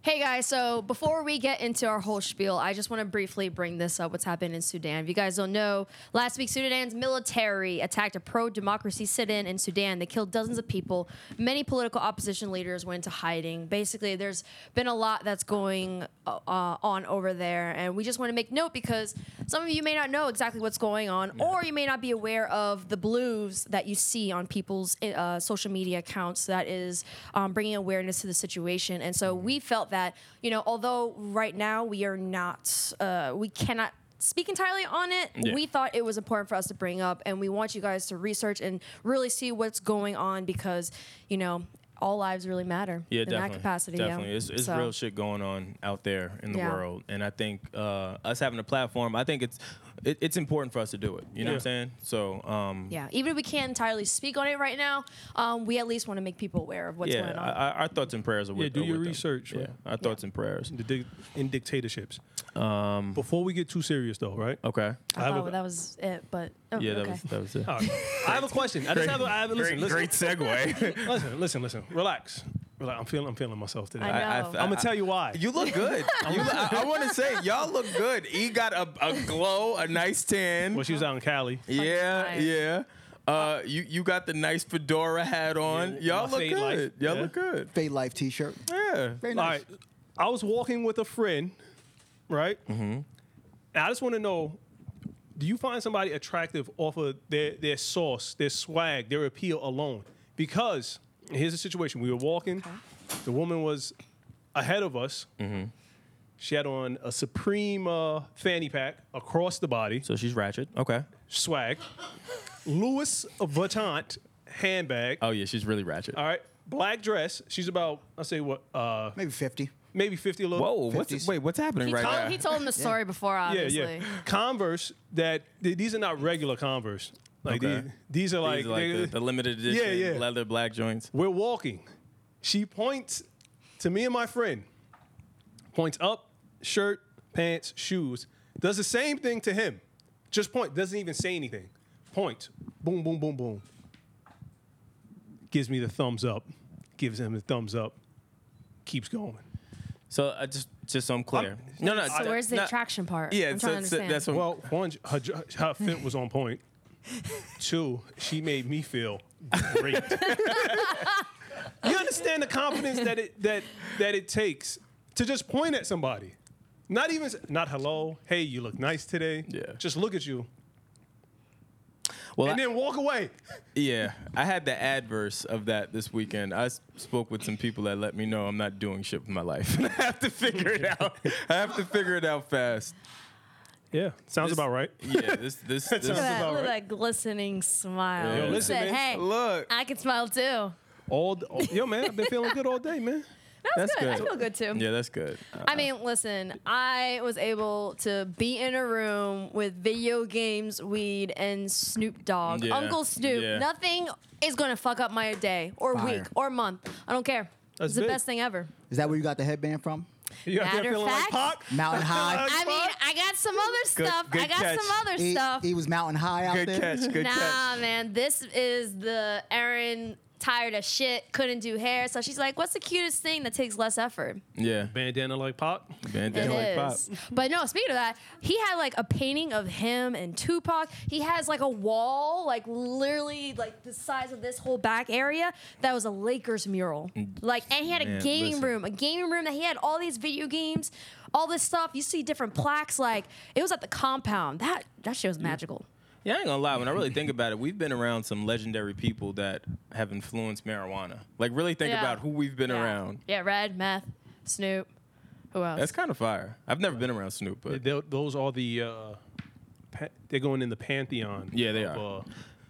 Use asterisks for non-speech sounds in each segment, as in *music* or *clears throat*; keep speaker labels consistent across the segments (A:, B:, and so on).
A: Hey guys, so before we get into our whole spiel, I just want to briefly bring this up what's happened in Sudan. If you guys don't know, last week Sudan's military attacked a pro democracy sit in in Sudan. They killed dozens of people. Many political opposition leaders went into hiding. Basically, there's been a lot that's going uh, on over there, and we just want to make note because some of you may not know exactly what's going on, or you may not be aware of the blues that you see on people's uh, social media accounts that is um, bringing awareness to the situation. And so we felt that, you know, although right now we are not, uh, we cannot speak entirely on it, we thought it was important for us to bring up. And we want you guys to research and really see what's going on because, you know, all lives really matter
B: yeah,
A: in
B: definitely,
A: that capacity. yeah.
B: Definitely, it's, it's
A: So-
B: real shit going on out there in the
A: Yeah.
B: world, and I think uh, us having a platform, I think it's it, it's important for us to do it. You know what I'm saying? So um,
A: Yeah, even if we can't entirely speak on it right now, um, we at least want to make people aware of what's
B: yeah,
A: going on.
B: I, I, our thoughts and prayers are with.
C: Yeah, do
B: are
C: your
B: with them.
C: research,
B: Yeah,
C: man.
B: our thoughts and prayers.
C: the dic- in dictatorships. Um, Before we get too serious, though, right?
D: Oh.
B: Okay.
A: I,
C: have
A: thought
C: a-
A: Oh, that was it, but oh,
B: Yeah, that
A: okay.
B: was that was it.
C: All right. I have a question. I just have a, I have a listen, listen,
D: segue.
C: *laughs* listen, listen, listen. Relax. Relax. I'm feeling, I'm feeling myself today.
A: I
C: I,
A: know.
B: I,
A: I'm
C: am gonna tell you why.
D: you look
C: *laughs*
D: good. You look- I, want to say y'all look good. E got a, a glow, a nice tan.
C: well, she was out in Cali.
D: yeah,
A: Fine.
D: yeah. Uh, you you got the nice fedora hat on.
C: Yeah,
D: y'all
C: my
D: look
C: fade
D: good.
C: life.
D: Y'all
C: Yeah.
D: look good.
E: Fade Life T-shirt.
D: Yeah.
E: Very
C: All
E: nice.
C: right. I was walking with a friend, right? Mm-hmm. And I just want to know do you find somebody attractive off of their, their sauce, their swag, their appeal alone? Because here's the situation we were walking, the woman was ahead of us. She had on a Supreme uh, fanny pack across the body,
B: So she's ratchet. Okay.
C: swag, Louis Vuitton handbag,
B: Oh yeah, she's really ratchet.
C: all right, black dress. She's about, I say, what, uh,
E: Maybe fifty.
C: maybe 50 a little.
D: Whoa. What's
E: 50s.
D: wait? What's happening
A: He,
D: right
A: told,
D: now?
A: he told him the story before, obviously.
C: Yeah, yeah. Converse that th- these are not regular Converse. Like
B: Okay.
C: these, these are like,
B: These are like
C: they-
B: the, the limited
C: Yeah,
B: edition
C: yeah.
B: leather black joints.
C: we're walking. She points to me and my friend. Points up, shirt, pants, shoes. Does the same thing to him. Just point. Doesn't even say anything. Point. Boom, boom, boom, boom. Gives me the thumbs up. Gives him the thumbs up. Keeps going.
B: So I just just so I'm clear. no, no.
A: So where's the
B: no,
A: attraction part?
D: yeah.
A: I'm
D: so,
A: trying to
D: so
A: understand.
D: that's what.
C: Well, one, her, dr- her fit was on point. Two, she made me feel *laughs* great. you understand the confidence that it that that it takes to just point at somebody, not even s- not hello, hey, you look nice today.
B: Yeah.
C: just look at you
B: well,
C: and
B: I-
C: then walk away. *laughs*
B: Yeah, I had the adverse of that this weekend. I s- spoke with some people that let me know I'm not doing shit with my life. *laughs* I have to figure it out. I have to figure it out fast.
C: Yeah, sounds
B: about
C: right.
B: Yeah, this this, this
A: Look at that,
C: about
A: look at
C: right.
A: that glistening smile.
B: Yeah. Yo,
A: He
C: listen,
A: said,
C: man.
A: hey,
D: Look.
A: I can smile too. That's,
C: All, d- all- yo man, I've been feeling good all day, man.
B: That's
A: good.
B: good.
A: I feel good too.
B: yeah, that's good. Uh,
A: I mean, listen, I was able to be in a room with video games, weed, and Snoop Dogg.
B: Yeah,
A: Uncle Snoop.
B: yeah.
A: Nothing is going to fuck up my day or
E: Fire.
A: week or month. I don't care.
C: That's
A: it's the
C: big.
A: best thing ever.
E: Is that where you got the headband from?
C: You out there
A: Matter of
C: feeling
A: fact-
C: like
D: *laughs*
C: Pac?
E: Mountain High.
A: I mean, I got some other stuff. I
D: good
A: got
D: catch.
A: some other
E: He,
A: stuff.
E: he was Mountain High out
D: Good
E: there.
D: catch. Good
A: nah,
D: catch.
A: man, this is the Erin tired of shit, couldn't do hair. So she's like, what's the cutest thing that takes less effort?
B: yeah,
C: Bandana like Pac.
B: bandana like
A: It
B: pop.
A: is. But no, speaking of that, he had like a painting of him and Tupac. He has like a wall, like literally like the size of this whole back area that was a Lakers mural. Like, and he had
B: Man,
A: a gaming
B: listen.
A: room, a gaming room that he had all these video games, all this stuff. You see different plaques. Like, it was at the compound. That that shit was magical.
B: Yeah, I ain't gonna lie. When I really think about it, we've been around some legendary people that have influenced marijuana. Like, really think
A: Yeah.
B: about who we've been
A: Yeah.
B: around.
A: Yeah, Red, Meth, Snoop. Who else?
B: That's kind of fire. I've never been around Snoop, but
C: Th- Those are the uh, pa- they're going in the pantheon.
B: Yeah, they
C: of,
B: are.
C: Uh,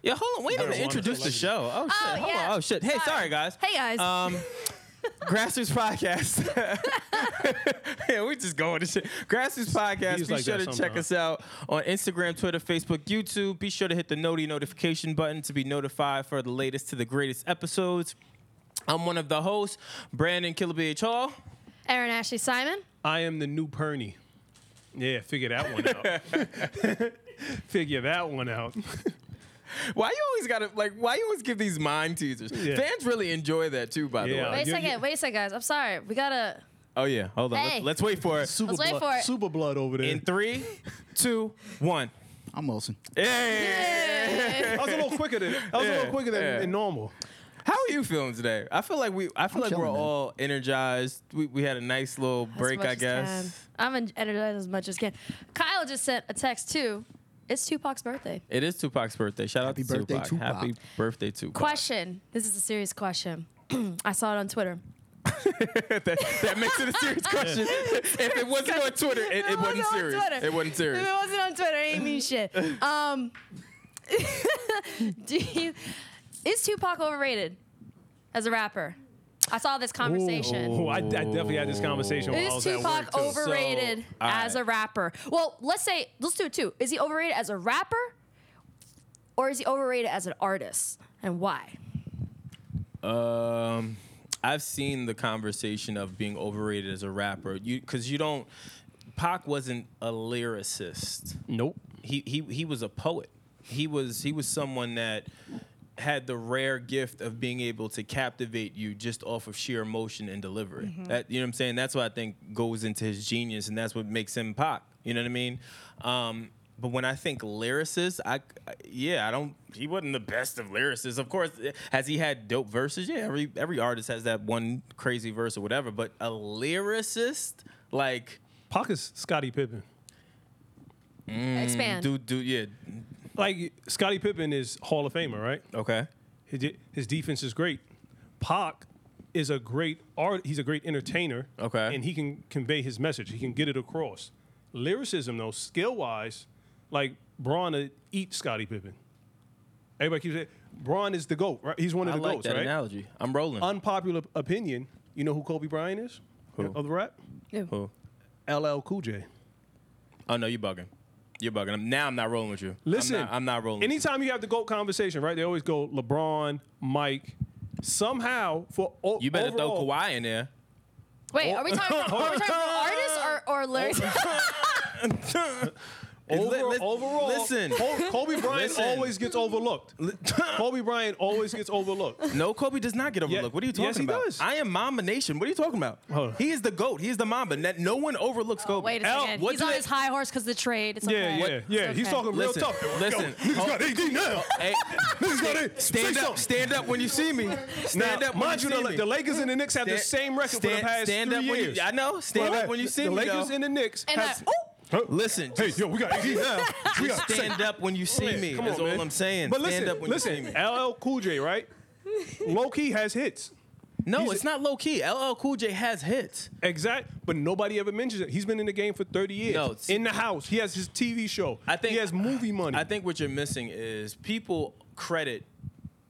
D: Yeah, hold on. We didn't
C: Marijuana
D: introduce the
C: collector.
D: show. Oh shit. hold
A: yeah.
D: on. Oh shit. Hey, sorry,
A: Sorry.
D: guys.
A: Hey, guys.
B: Uh,
C: *laughs*
D: Um, Grassroots Podcast. *laughs* yeah, we just going to shit. Grassroots Podcast.
C: He's
D: Be
C: like
D: sure
C: that
D: to check
C: sometimes.
D: us out on Instagram, Twitter, Facebook, YouTube. Be sure to hit the noti notification button to be notified for the latest to the greatest episodes. I'm one of the hosts, Brandon Killaby H. Hall.
A: Aaron Ashley Simon.
B: Uh,
C: I am the new Perny. Yeah, figure that one out. *laughs* figure that one out.
D: Why you always gotta like? Why you always give these mind teasers?
C: Yeah.
D: Fans really enjoy that too. By
C: Yeah.
D: the way.
A: Wait a
C: you-
A: second.
C: you-
A: Wait a second, guys. I'm sorry. We gotta.
D: Oh yeah. Hold on.
A: Hey.
D: Let's, let's wait for it.
C: Super
A: wait
C: blood,
A: for it.
C: Super blood over there. *laughs*
D: In three, two, one.
E: I'm Wilson.
D: Hey.
C: I was a little quicker than I was a
D: Yeah,
C: little quicker than,
D: yeah.
C: than normal.
D: How are you feeling today? I feel like we I feel like we're
E: chilling, man.
D: all energized. We, we had a nice little
A: As
D: break,
A: much
D: I
A: as
D: guess.
A: can. I'm en- energized as much as can. Kyle just sent a text too. It's Tupac's birthday.
D: It is Tupac's birthday. Shout
E: Happy
D: out to
E: birthday,
D: Tupac.
E: Tupac.
D: Happy birthday, Tupac.
A: Question. This is a serious question. *clears throat* I saw it on Twitter.
D: *laughs* that makes it a serious
A: *laughs*
D: question. if it wasn't on Twitter, it, it wasn't
A: on
D: serious.
A: Twitter.
D: It wasn't
A: If *laughs*
D: serious.
A: it wasn't on Twitter, it ain't mean
D: *laughs*
A: shit. Um, *laughs* do you, is Tupac overrated as a rapper? I saw this conversation.
C: Oh, I, I definitely had this conversation while I
A: Is
C: was at work
A: Tupac
C: too.
A: overrated
D: So, all
A: as
D: right.
A: a rapper? Well, let's say let's do it too. Is he overrated as a rapper, or is he overrated as an artist, and why?
D: Um, I've seen the conversation of being overrated as a rapper. You because you don't. Pac wasn't a lyricist.
C: Nope.
D: he he he was a poet. He was he was someone that had the rare gift of being able to captivate you just off of sheer emotion and delivery. That you know what I'm saying? That's what I think goes into his genius and that's what makes him pop. You know what I mean? Um but when I think lyricist, I I- yeah, I don't. He wasn't the best of lyricists, of course. Has he had dope verses? Yeah, every every artist has that one crazy verse or whatever. But a lyricist, like
C: Pac is Scottie Pippen.
D: Mm,
A: Expand.
D: dude, dude, yeah,
C: Like Scottie Pippen is Hall of Famer, right?
D: okay,
C: His, de- his defense is great. Pac is a great art. He's a great entertainer.
D: Okay.
C: And he can convey his message. He can get it across. Lyricism, though, skill wise, like Braun eat Scottie Pippen. Everybody keeps saying Braun is the goat. Right? He's one of
D: I
C: the
D: like
C: goats,
D: that
C: right?
D: analogy. I'm rolling.
C: Unpopular opinion. You know who Kobe Bryant is?
D: Who?
C: Of the rap?
D: Who?
C: LL Cool J.
D: Oh no, you bugging. You're bugging. I'm, now I'm not rolling with you.
C: Listen,
D: I'm not, I'm not rolling.
C: Anytime you have the GOAT conversation, right? They always go LeBron, Mike. Somehow for o-
D: you better
C: overall-
D: throw Kawhi in there.
A: Wait, are we talking? From, are we talking from artists or or lyricists?
C: *laughs* Over,
D: Li- li-
C: overall,
D: listen.
C: Col- Kobe Bryant
D: Listen.
C: always gets overlooked.
D: *laughs*
C: Kobe Bryant always gets overlooked.
D: No, Kobe does not get overlooked.
C: Yeah.
D: What are you talking
C: Yes, he
D: about?
C: does.
D: I am Mamba Nation. What are you talking about?
C: Hold on.
D: He is the goat. He is the Mamba. That- No one overlooks Kobe.
A: Oh, *laughs* Wait a
C: Al,
A: second.
D: what
A: He's
D: do
A: on
D: they-
A: his high horse because the trade. It's
C: Yeah,
A: okay.
C: yeah, yeah.
A: It's
C: He's
A: okay.
C: talking real
D: Listen,
C: tough. Yo,
D: listen.
C: niggas
D: Hold-
C: got AD now.
A: *laughs*
D: Hey,
C: Niggas got
D: stand
C: AD. Say
D: up.
C: something.
D: Stand up when you see
C: *laughs*
D: me. Stand
C: Now,
D: up. when
C: Mind you,
D: see
C: the,
D: me.
C: the Lakers and the Knicks have the
D: Stand-
C: same record for the
D: stand-
C: past
D: stand
C: three
D: up
C: years.
D: When you, I know. Stand
C: Well,
D: up when you see
C: the
D: me.
C: Lakers
D: though.
C: and the Knicks.
A: And
C: has-
A: I, oh,
D: Listen.
C: hey,
D: just-
C: yo, we got AD now. We
D: just
C: got
D: stand up when you see me.
C: Come
D: is
C: on,
D: all
C: man.
D: I'm saying.
C: But
D: stand
C: listen,
D: up when you
C: listen.
D: see me.
C: LL Cool J, right? Low key has hits.
D: No,
C: He's-
D: it's not low key. LL Cool J has hits.
C: Exact, but nobody ever mentions it. He's been in the game for 30 years.
D: No, it's-
C: in the house. He has his TV show.
D: I think
C: he has movie money.
D: I think what you're missing is people credit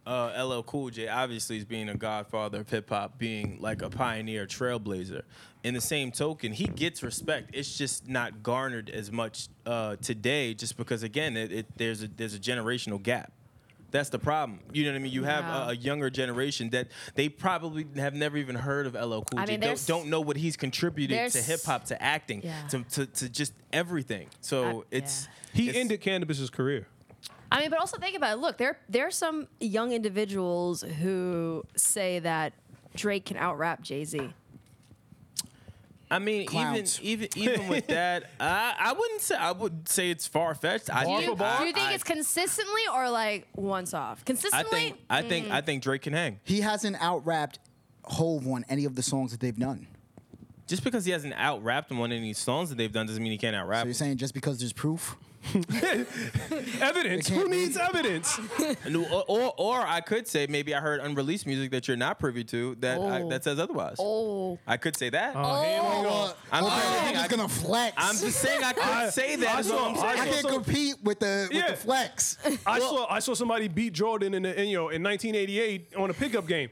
D: uh, LL Cool J obviously as being a godfather of hip hop, being like a pioneer, trailblazer. In the same token, he gets respect. It's just not garnered as much uh, today, just because again, it, it, there's a there's a generational gap. That's the problem. You know what I mean? You have
A: Yeah.
D: a, a younger generation that they probably have never even heard of LL Cool
A: I
D: J.
A: mean,
D: don't,
A: there's-
D: don't know what he's contributed to
A: there's-
D: hip hop, to acting,
A: Yeah.
D: to, to, to just everything. So
A: I-
D: it's
C: he
D: it's-
C: ended cannabis's career.
A: I mean, but also think about it. Look, there there are some young individuals who say that Drake can out rap Jay Z.
D: I mean,
E: Clowns.
D: even even even
E: *laughs*
D: with that, I, I wouldn't say I would say it's far fetched. I
A: Do
D: think
A: you, do you think
D: I,
A: it's consistently or like once off?
D: I
A: Consistently,
D: think I think
A: Mm.
D: I think Drake can hang
E: He hasn't out rapped Hove on any of the songs that they've done.
D: just because he hasn't out rapped him on any songs that they've done doesn't mean he can't out rap.
E: So you're saying just because there's proof?
C: evidence. Who
E: can't be.
C: needs evidence?
D: And Or, or or I could say maybe I heard unreleased music that you're not privy to that I,
A: Oh.
D: that says otherwise.
A: Oh.
D: I could say that.
C: Oh, here we go.
E: Oh,
D: I'm
E: I'm
D: saying I-
E: just gonna flex.
D: I'm just saying
E: *laughs*
D: I could
C: I-
D: say that.
C: I
D: is all
C: saw-
D: I'm
C: I
E: I
D: saying.
C: saw
E: can't
C: some-
E: compete with the with
C: Yeah.
E: the flex.
C: I saw I saw somebody beat Jordan in, the, in you know in 1988 on a pickup game.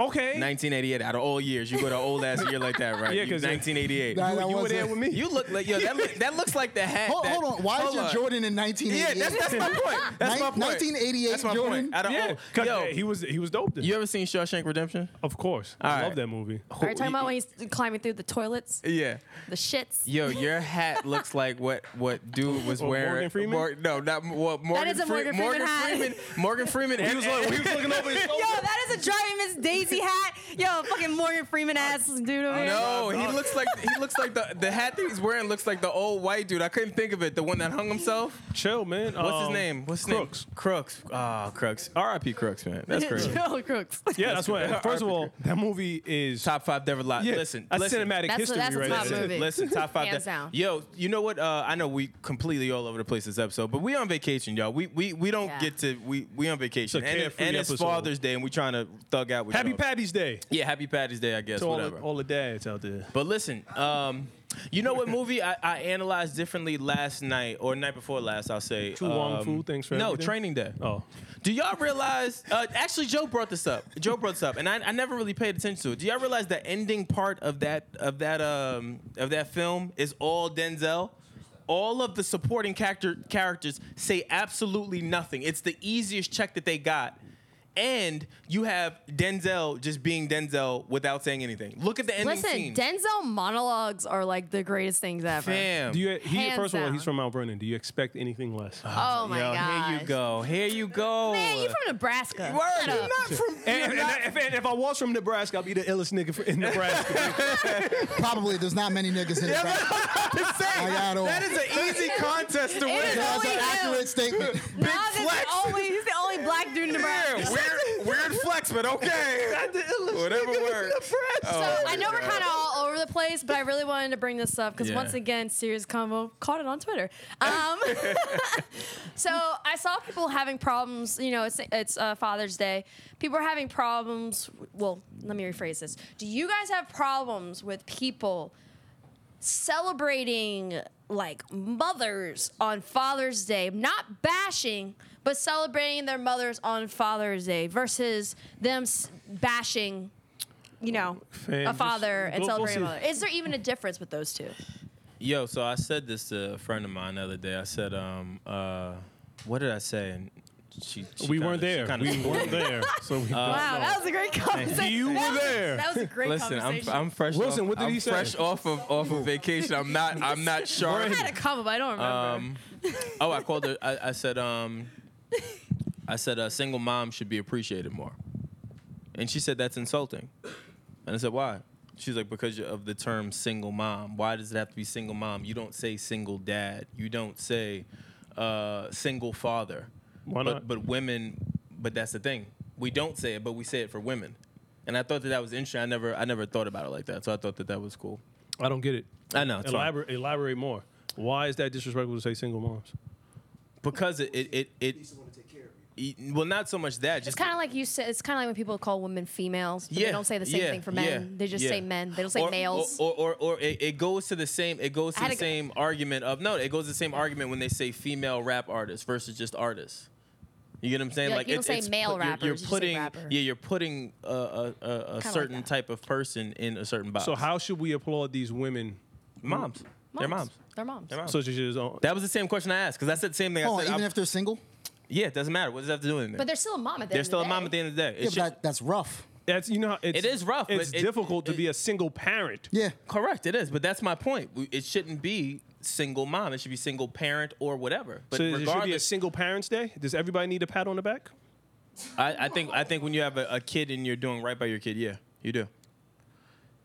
C: Okay.
D: 1988 out of all years. You go to old ass year like that, right?
C: Yeah,
D: You-
C: 'cause it-
D: 1988.
E: Nah,
C: you you
E: that
C: were
E: wasn't-
C: there with me.
D: You look like yo. That, look, that looks like the hat.
E: Hold,
D: that-
E: hold on. Why is
D: hold
E: your
D: on.
E: Jordan in
D: Yeah,
E: 1988?
D: that's, that's my point. That's my
E: Nin-
D: point.
E: 1988
D: That's my
E: Jordan?
D: point. Out of
C: yeah,
D: all,
C: 'cause,
D: yo,
C: uh, he was he was dope. Then.
D: you ever seen Shawshank Redemption?
C: Of course,
D: All
C: I
D: right.
C: love
D: *laughs*
C: that movie.
A: Are you talking about when he's climbing through the toilets,
D: Yeah.
A: the shits?
D: Yo, your hat looks like what what dude was
C: Or
D: wearing.
C: Morgan Freeman?
D: Mor- no, not well, Morgan.
A: is a Morgan Freeman hat.
D: Freeman. Morgan Freeman.
C: He was like he was looking over his
A: Yo,
C: shoulder.
A: that is a driving Miss Daisy hat. Yo, fucking Morgan Freeman ass dude over here.
D: no, he looks like he looks like the the hat that he's wearing looks like the old white dude. I couldn't think of it. The one that hung himself.
C: Chill, man.
D: What's his
C: Um,
D: name? What's his
C: Crooks.
D: name? Crooks. Ah, Crooks. R.I.P. Crooks, man. That's crazy.
A: *laughs* Joe Crooks. *laughs*
C: Yeah,
D: *laughs*
C: that's what. First of all, that movie is
D: Top five never lie.
C: Yeah,
D: listen,
C: that's
D: listen,
C: cinematic
A: That's a-
C: history
A: that's a
C: right
A: top
C: there.
A: movie.
D: Listen, top five.
A: Hands
D: that-
A: down.
D: Yo, you know what? Uh, I know we completely all over the place this episode, but we on vacation, y'all. We we we don't
A: Yeah.
D: get to we we on vacation,
C: It's a
D: and, it-
C: carefree
D: and it's
C: episode.
D: Father's Day, and we trying to thug out with
C: Happy
D: y'all.
C: Patty's Day
D: Yeah, Happy Patty's Day, I guess.
C: to all the,
D: whatever.
C: all the dads out there.
D: But listen, um, you know what movie I, I analyzed differently last night or night before last? I'll say.
C: Chu Wong
D: um,
C: Fu, thanks for
D: no
C: everything.
D: Training Day.
C: Oh,
D: Do y'all realize? Uh, actually, Joe brought this up. Joe brought this up, and I, I never really paid attention to it. Do y'all realize the ending part of that of that um of that film is all Denzel? All of the supporting character characters say absolutely nothing. It's the easiest check that they got. And you have Denzel just being Denzel without saying anything. Look at the ending
A: Listen,
D: scene.
A: Denzel monologues are are like the greatest things ever.
D: Fam.
C: do you? He,
A: Hands
C: first of all,
A: down.
C: he's from Mount Vernon. Do you expect anything less?
A: Oh my
D: Yo,
A: god.
D: Here you go. Here you go.
A: Man, you from Nebraska.
D: Word.
A: Shut up.
D: from.
C: and, and, and, if, and if I was from Nebraska, I'd be the illest
D: *laughs*
C: nigga in Nebraska.
E: Probably there's not many niggas in the back. I got all.
D: That is an easy contest to
A: It is
D: win.
E: That's
A: only
E: an accurate
A: him.
E: statement.
A: Nah, that's the
D: flex.
A: only- he's the only black dude in Nebraska.
D: Yeah, weird, weird flex, but okay. Whatever works.
A: So
D: Oh,
A: I know we're
D: God.
A: kind of all over the place, but I really wanted to bring this up because
D: Yeah.
A: once again, Serious Convo caught it on
D: *laughs*
A: Twitter. Um, *laughs* so I saw people having problems. You know, it's it's uh, Father's Day. People are having problems. Well, let me rephrase this. Do you guys have problems with people celebrating like mothers on Father's Day, not bashing, but celebrating their mothers on Father's Day versus them s- bashing, you know,
C: Fam,
A: a
C: just
A: father and
C: go- go
A: celebrating a
C: see-
A: mother. Is there even a difference with those two?
D: Yo, so I said this to a friend of mine the other day. I said, um, uh, what did I say? And she, she
C: we
D: kinda-
C: weren't
D: she
C: there.
D: kinda- Uh,
C: We weren't there.
D: *laughs*
C: So we
A: *laughs* wow, that was a great conversation.
C: You
A: That
C: were
A: was-
C: there.
A: That was a great
D: Listen, I'm,
A: conversation. i
D: I'm fresh.
C: Wilson,
D: off,
C: what did
D: I'm
C: he say?
D: Fresh off of off of vacation. I'm not. I'm
C: *laughs*
D: not sharp.
A: had a combo, but I don't remember.
D: Um, oh, I called her. I, I said, um, I said a single mom should be appreciated more, and she said that's insulting. And I said, why? She's like, because of the term single mom. Why does it have to be single mom? You don't say single dad. You don't say uh, single father.
C: Why
D: but,
C: not?
D: But women. But that's the thing. We don't say it, but we say it for women. And I thought that that was interesting. I never, I never thought about it like that. So I thought that that was cool.
C: I don't get it.
D: I know. It's fine.
C: Elaborate, elaborate more. Why is that disrespectful to say single moms?
D: because it it it, it E- well, not so much that.
A: it's
D: Just
A: kind of like you said. It's kind of like when people call women females. but
D: Yeah,
A: they don't say the same
D: yeah,
A: thing for men.
D: yeah,
A: they just
D: yeah.
A: say men. They don't say
D: or,
A: males.
D: Or or, or, or it, it goes to the same. It goes
A: I
D: to the
A: had a g-
D: same argument of no. It goes to the same argument when they say female rap artists versus just artists. You get what I'm saying?
A: Yeah, you don't say male
D: put- you're-
A: rappers, you
D: You're
A: just say
D: putting
A: rapper.
D: yeah, you're putting a a, a, a certain
A: that.
D: type of person in a certain box.
C: So how should we applaud these women?
D: moms? They're moms.
A: They're moms.
D: They're moms.
C: So she just don't-
D: Oh. that was the same question I asked because I said the same thing.
E: Oh,
D: I said,
E: even
D: I-
E: if they're single,
D: yeah, it doesn't matter. What does that have to do with anything?
A: But they're still a mom at the
D: They're
A: end
D: still
A: of
D: a
A: the
D: mom
A: day.
D: at the end of the day.
E: yeah,
D: It's
E: but
D: just-
E: that, that's rough.
C: That's you know how- it's,
D: It is rough, but
C: It's
D: it-
C: difficult to
D: it-
C: be a single parent.
E: Yeah.
D: Correct, it is, but that's my point. We- It shouldn't be single mom. It should be single parent or whatever. But
C: So it should be a
D: regardless,
C: single parents' day. Does everybody need a pat on the back?
D: I, I think I think when you have a, a kid and you're doing right by your kid, yeah, you do.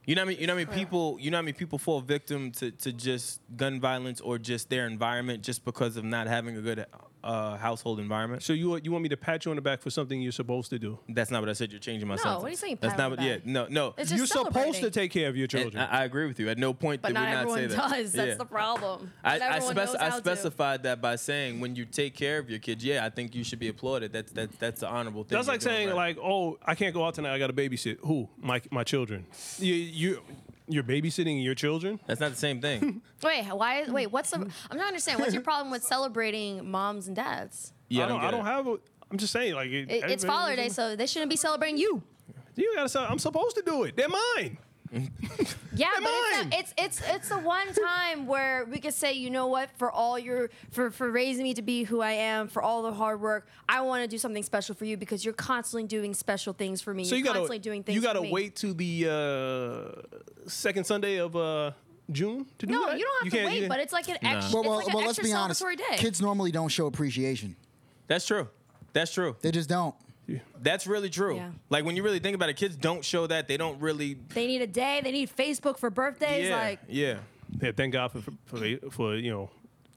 D: You know what I mean? You know what I mean? People, you know what I mean? People fall victim to, to just gun violence or just their environment just because of not having a good uh, household environment.
C: So you you want me to pat you on the back for something you're supposed to do?
D: That's not what I said. You're changing my
A: No,
D: sentence.
A: what are you saying,
D: That's
A: pat
D: not
A: on
D: what.
A: the
D: Yeah,
A: back?
D: no, no.
A: It's
C: You're
A: just
C: supposed to
A: celebrating.
C: take care of your
D: And
C: children.
D: I, I agree with you. At no point
A: But
D: did
A: not
D: we not say
A: everyone
D: that.
A: does. That's
D: Yeah.
A: the problem.
D: I,
A: Not
D: I,
A: everyone
D: spec-
A: knows
D: I
A: how to.
D: specified that by saying when you take care of your kids, yeah, I think you should be applauded. That's that's that's an honorable thing.
C: That's
D: you're
C: like
D: doing,
C: saying
D: right?
C: like, oh, I can't go out tonight. I got to babysit. Who? My my children. You you you're babysitting your children.
D: that's not the same
C: *laughs*
D: thing.
A: Wait, why? Wait, what's the? I'm not understanding. What's your problem with celebrating moms and dads?
D: Yeah,
C: I don't, I
D: get
C: don't
D: it.
C: have. A, I'm just saying like
A: It, it's Father Day, so they shouldn't be celebrating you.
C: You gotta. Say, I'm supposed to do it. They're mine.
A: Yeah, but it's,
C: mine.
A: not, it's it's it's the one time where we could say, you know what, for all your for for raising me to be who I am, for all the hard work, I want to do something special for you because you're constantly doing special things for me.
C: So you
A: you're
C: gotta
A: constantly doing things.
C: you
A: for
C: gotta
A: me.
C: wait to the uh, second Sunday of uh, June to do
A: No,
C: that.
A: you don't have to
C: can't-
A: wait,
C: you-
A: but it's like an extra.
E: Well, well,
A: it's like
E: well,
A: an
E: let's
A: extra
E: be honest.
A: celebratory day.
E: Kids normally don't show appreciation.
D: That's true. That's true.
E: They just don't.
D: That's really true.
A: Yeah.
D: Like when you really think about it, kids don't show that. They don't really.
A: they need a day. They need Facebook for birthdays.
D: Yeah.
A: Like
D: yeah.
C: yeah, thank God for, for for for you know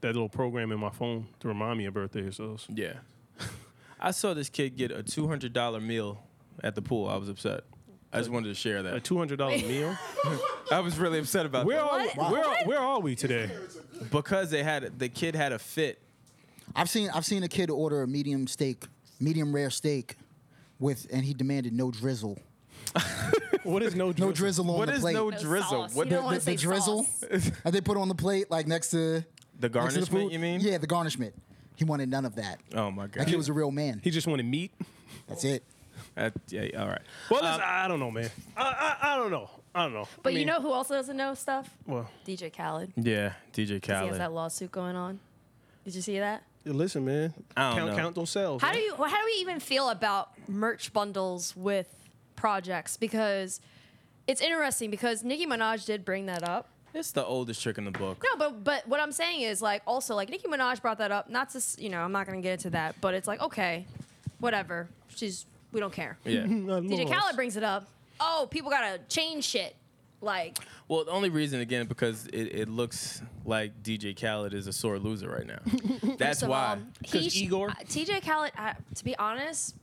C: that little program in my phone to remind me of birthdays. So it's-
D: Yeah. *laughs* I saw this kid get a two hundred dollar meal at the pool. I was upset. I just wanted to share
C: a *laughs*
D: that.
C: two hundred
A: *laughs*
C: dollar meal.
D: I was really upset about
C: Where
D: that
C: are
A: What?
C: where
A: What?
C: where are we today?
D: because they had the kid had a fit.
E: I've seen I've seen a kid order a medium steak, medium rare steak, with and he demanded no drizzle,
C: What is no drizzle?
E: no drizzle on
D: What
E: the
D: is
E: plate.
D: no
A: No
D: drizzle?
A: sauce.
D: What
A: You don't
D: the,
A: wanna
E: the, the
A: say
E: drizzle
A: sauce.
E: that they put on the plate, like next to
D: the
E: next to the
D: garnishment?
E: food.
D: You mean?
E: Yeah, the garnishment. He wanted none of that.
D: Oh my god.
E: Like he was a real man.
C: He just wanted meat.
E: That's it.
D: That- yeah. All right.
C: Well, listen, I don't know, man. I, I I don't know. I don't know.
A: *laughs* But
C: I mean,
A: you know who also doesn't know stuff?
C: Well,
A: DJ Khaled.
D: Yeah, DJ
A: He
D: Khaled.
A: has that lawsuit going on. Did you see that?
C: listen, man.
D: I don't
C: count
D: know.
C: count those sales.
A: How
C: man.
A: do you? How do we even feel about merch bundles with projects? Because it's interesting because Nicki Minaj did bring that up.
D: It's the oldest trick in
A: *laughs*
D: the book.
A: No, but but what I'm saying is like also like Nicki Minaj brought that up. Not to s- you know I'm not gonna get into that, but it's like okay, whatever. She's we don't care.
D: Yeah.
C: I
A: DJ
C: lost.
A: Khaled brings it up. Oh, people gotta change shit. Like
D: Well, the only reason again because it, it looks like DJ Khaled is a sore loser right now.
A: *laughs*
D: That's
A: First of
D: why.
A: all, he sh-
C: Igor?
A: uh, TJ Khaled, uh, to be honest,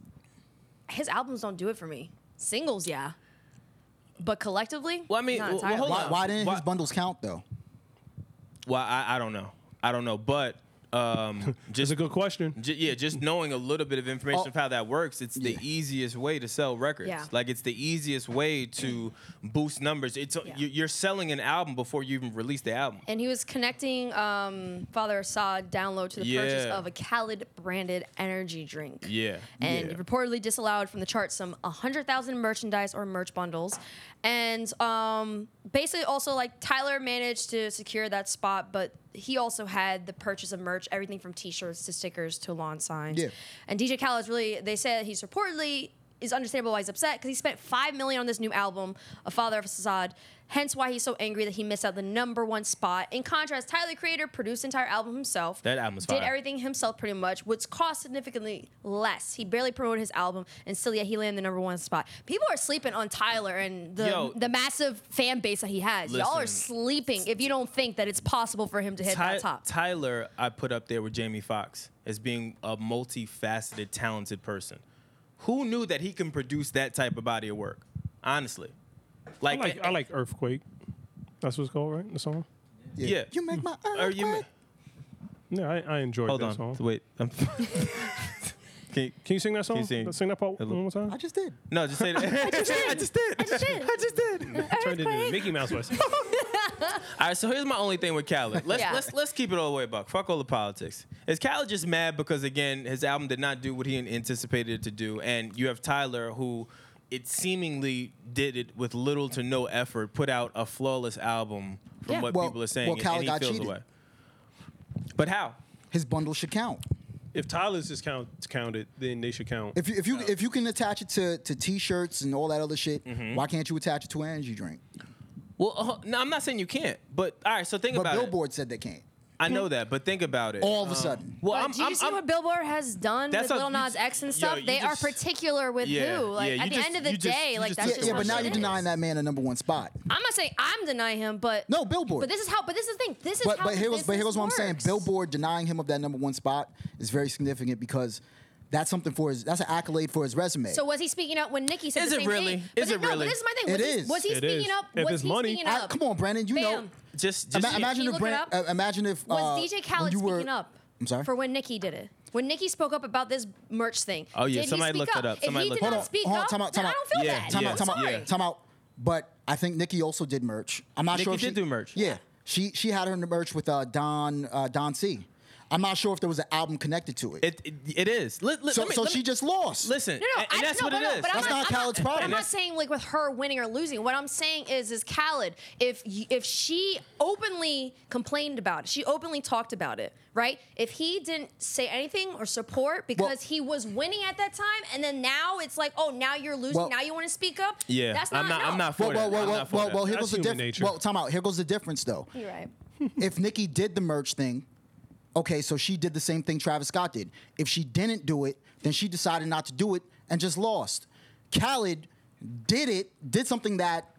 A: his albums don't do it for me. Singles, yeah. But collectively,
D: Well, I mean,
A: not
D: well,
A: entirely.
D: hold
E: Why,
D: on.
E: why didn't
D: Why-
E: his bundles count though?
D: Well, I, I don't know. I don't know, but
A: *laughs*
D: um,
C: It's
D: just
C: a good question.
D: J- yeah, just knowing a little bit of information
E: Oh.
D: of how that works, it's
E: Yeah.
D: the easiest way to sell records.
A: Yeah.
D: Like it's the easiest
A: *clears throat*
D: way to boost numbers. It's
A: Yeah.
D: you- you're selling an album before you even release the album.
A: And he was connecting um, Father Assad download to the purchase
D: Yeah.
A: of a Khaled branded energy drink.
D: Yeah.
A: And
D: Yeah.
A: reportedly disallowed from the chart some 100,000 merchandise or merch bundles. And um, basically, also, like Tyler managed to secure that spot, but he also had the purchase of merch, everything from t shirts to stickers to lawn signs.
E: Yeah.
A: And DJ Khaled's really, they said he's reportedly is understandable why he's upset because he spent five million on this new album, A Father of Assad. Hence why he's so angry that he missed out the number one spot. In contrast, Tyler the Creator produced the entire album himself.
D: That album's
A: did
D: fire.
A: everything himself pretty much, which cost significantly less. He barely promoted his album, and still, yeah, he landed the number one spot. People are sleeping on Tyler and the
D: Yo.
A: the massive fan base that he has. Y'all are
D: Listen.
A: sleeping if you don't think that it's possible for him to hit
D: Ty-
A: that top.
D: Tyler, I put up there with Jamie Foxx as being a multifaceted, talented person. Who knew that he can produce that type of body of work? Honestly,
C: I
D: like,
C: like I like earthquake. That's what it's called, right? The song.
D: yeah.
E: You make my
D: Or you-
E: earthquake.
C: Yeah, I, I enjoyed
D: hold
C: that
D: on,
C: song.
D: wait. I'm- *laughs* Can you-
C: Can you sing that song?
D: you sing-
C: Sing that part one more time.
E: I just did.
D: no, just say that. *laughs*
A: I just did. I just did. I just did.
C: Turned into the Mickey Mouse
A: *laughs*
C: voice.
D: all right, so here's my only thing with Khaled. Let's
A: Yeah.
D: let's let's keep it all the way buck. Fuck all the politics. Is Khaled just mad because again his album did not do what he anticipated it to do, and you have Tyler who it seemingly did it with little to no effort, put out a flawless album from
A: Yeah.
D: what
E: Well-
D: people are saying,
E: well,
D: and-
E: Khaled
D: and he
E: got
D: feels
E: cheated.
D: away. But how?
E: His bundle should count.
C: if Tyler's is count, counted, then they should count.
E: If you if you if you can attach it to to t-shirts and all that other shit,
D: Mm-hmm.
E: why can't you attach it to an energy drink?
D: Well, uh, no, I'm not saying you can't, but all right. So think
E: But
D: about it. Oh.
E: Billboard said they can't.
D: I know that, but think about it.
E: all of a sudden.
D: well,
A: But
D: I'm,
A: do you
D: I'm-
A: see
D: I'm-
A: what Billboard has done with
D: That's what
A: Lil
D: you
A: Nas
D: just-
A: X and
D: yo,
A: stuff?
D: you
A: they
D: just-
A: are particular with
D: Yeah,
A: who. Like
D: yeah,
A: at
D: you
A: the
D: just-
A: end of the
D: you just-
A: day,
D: you
A: like
D: just
A: that's
E: Yeah,
A: just
E: yeah,
A: what
E: but now
A: it
E: you're
A: is.
E: denying that man a number one spot.
A: I'm not saying I'm denying him, but
E: No, Billboard.
A: But this is how. But this is the thing. This is
E: But
A: how.
E: but
A: the
E: here was but here
A: business
E: was what I'm saying.
A: works.
E: Billboard denying him of that number one spot is very significant because that's something for his that's an accolade for his resume.
A: So was he speaking up when Nikki said
D: Is
A: the
D: it
A: same
D: really?
A: thing? But
D: Is
A: thi-
D: it
A: no,
D: really?
A: But this is my thing. Was
E: It
A: he,
E: is.
A: Was he
C: It
A: speaking
C: is.
A: up?
C: If
A: was
C: it's
A: he
C: money-
A: speaking
E: I-
A: up?
E: come on, Brandon, you know.
A: Bam.
D: just,
E: Ima-
D: just
E: imagine
A: Can you
E: if
A: look
E: Brand,
A: it up?
E: uh, imagine if
A: Was
E: uh,
A: DJ
E: when
A: Khaled
E: you
A: speaking
E: were-
A: up?
E: I'm sorry.
A: For when Nikki did it, when Nikki spoke up about this merch thing.
D: Oh, yeah,
A: did he
D: somebody
A: speak
D: looked that up.
A: If
D: Somebody
A: he
D: looked
A: did
D: that
A: not
D: up.
A: speak
E: Hold on,
A: up,
E: time out,
A: then
E: time
A: I
E: out.
A: don't feel
D: Yeah,
A: that.
D: time
A: I'm
D: out,
E: time
A: sorry.
D: yeah.
E: out, time out. But I think Nikki also did merch. I'm not
D: Nicki
E: sure if
D: did
E: she
D: do merch.
E: Yeah, she she had her merch with uh, Don uh, Don C. I'm not sure if there was an album connected to it.
D: it, it, it is. Let, let,
E: so
D: let me,
E: so
D: let
E: she
D: me-
E: just lost.
D: listen.
A: No, no,
D: and, and
A: I,
D: that's
A: no,
D: what
A: but
D: it
A: no,
D: is.
A: But I'm
E: That's
A: not,
E: not
A: I'm
E: Khaled's
A: not,
E: problem.
A: But I'm not
E: That's-
A: saying like with her winning or losing. What I'm saying is, is Khaled, if y- if she openly complained about it, she openly talked about it, right? If he didn't say anything or support because he was winning at that time, and then now it's like, oh, now you're losing.
E: Well-
A: now you want to speak up?
D: yeah,
A: that's not.
D: I'm not.
A: no.
D: I'm not for
E: Well, well,
D: that.
E: well,
D: I'm
E: well,
D: not for
E: well,
D: that.
E: well, here
C: That's
E: goes the
C: human
E: difference.
C: nature.
E: Well, time out. Here goes the difference, though.
A: You're right.
E: if Nikki did the merch thing, okay, so she did the same thing Travis Scott did. If she didn't do it, then she decided not to do it and just lost. Khaled did it, did something that,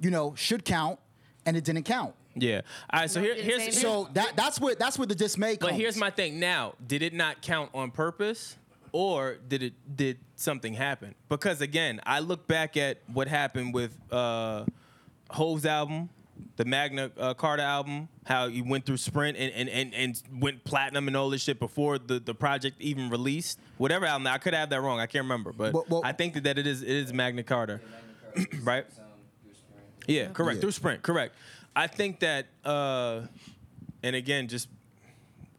E: you know, should count, and it didn't count.
D: Yeah. All right. So here,
A: didn't
D: here's
A: say anything.
E: So that that's where that's where the dismay comes.
D: But here's my thing. Now, did it not count on purpose, or did it did something happen? Because again, I look back at what happened with uh, Hove's album, the Magna uh, Carta album, how he went through Sprint and, and, and, and went platinum and all this shit before the, the project even released. Whatever album, I could have that wrong. I can't remember, but
E: Well, well-
D: I think that, that it is it is Magna Carta, *clears throat* right? Yeah, correct.
E: Yeah.
D: Through Sprint, correct. I think that, uh, and again, just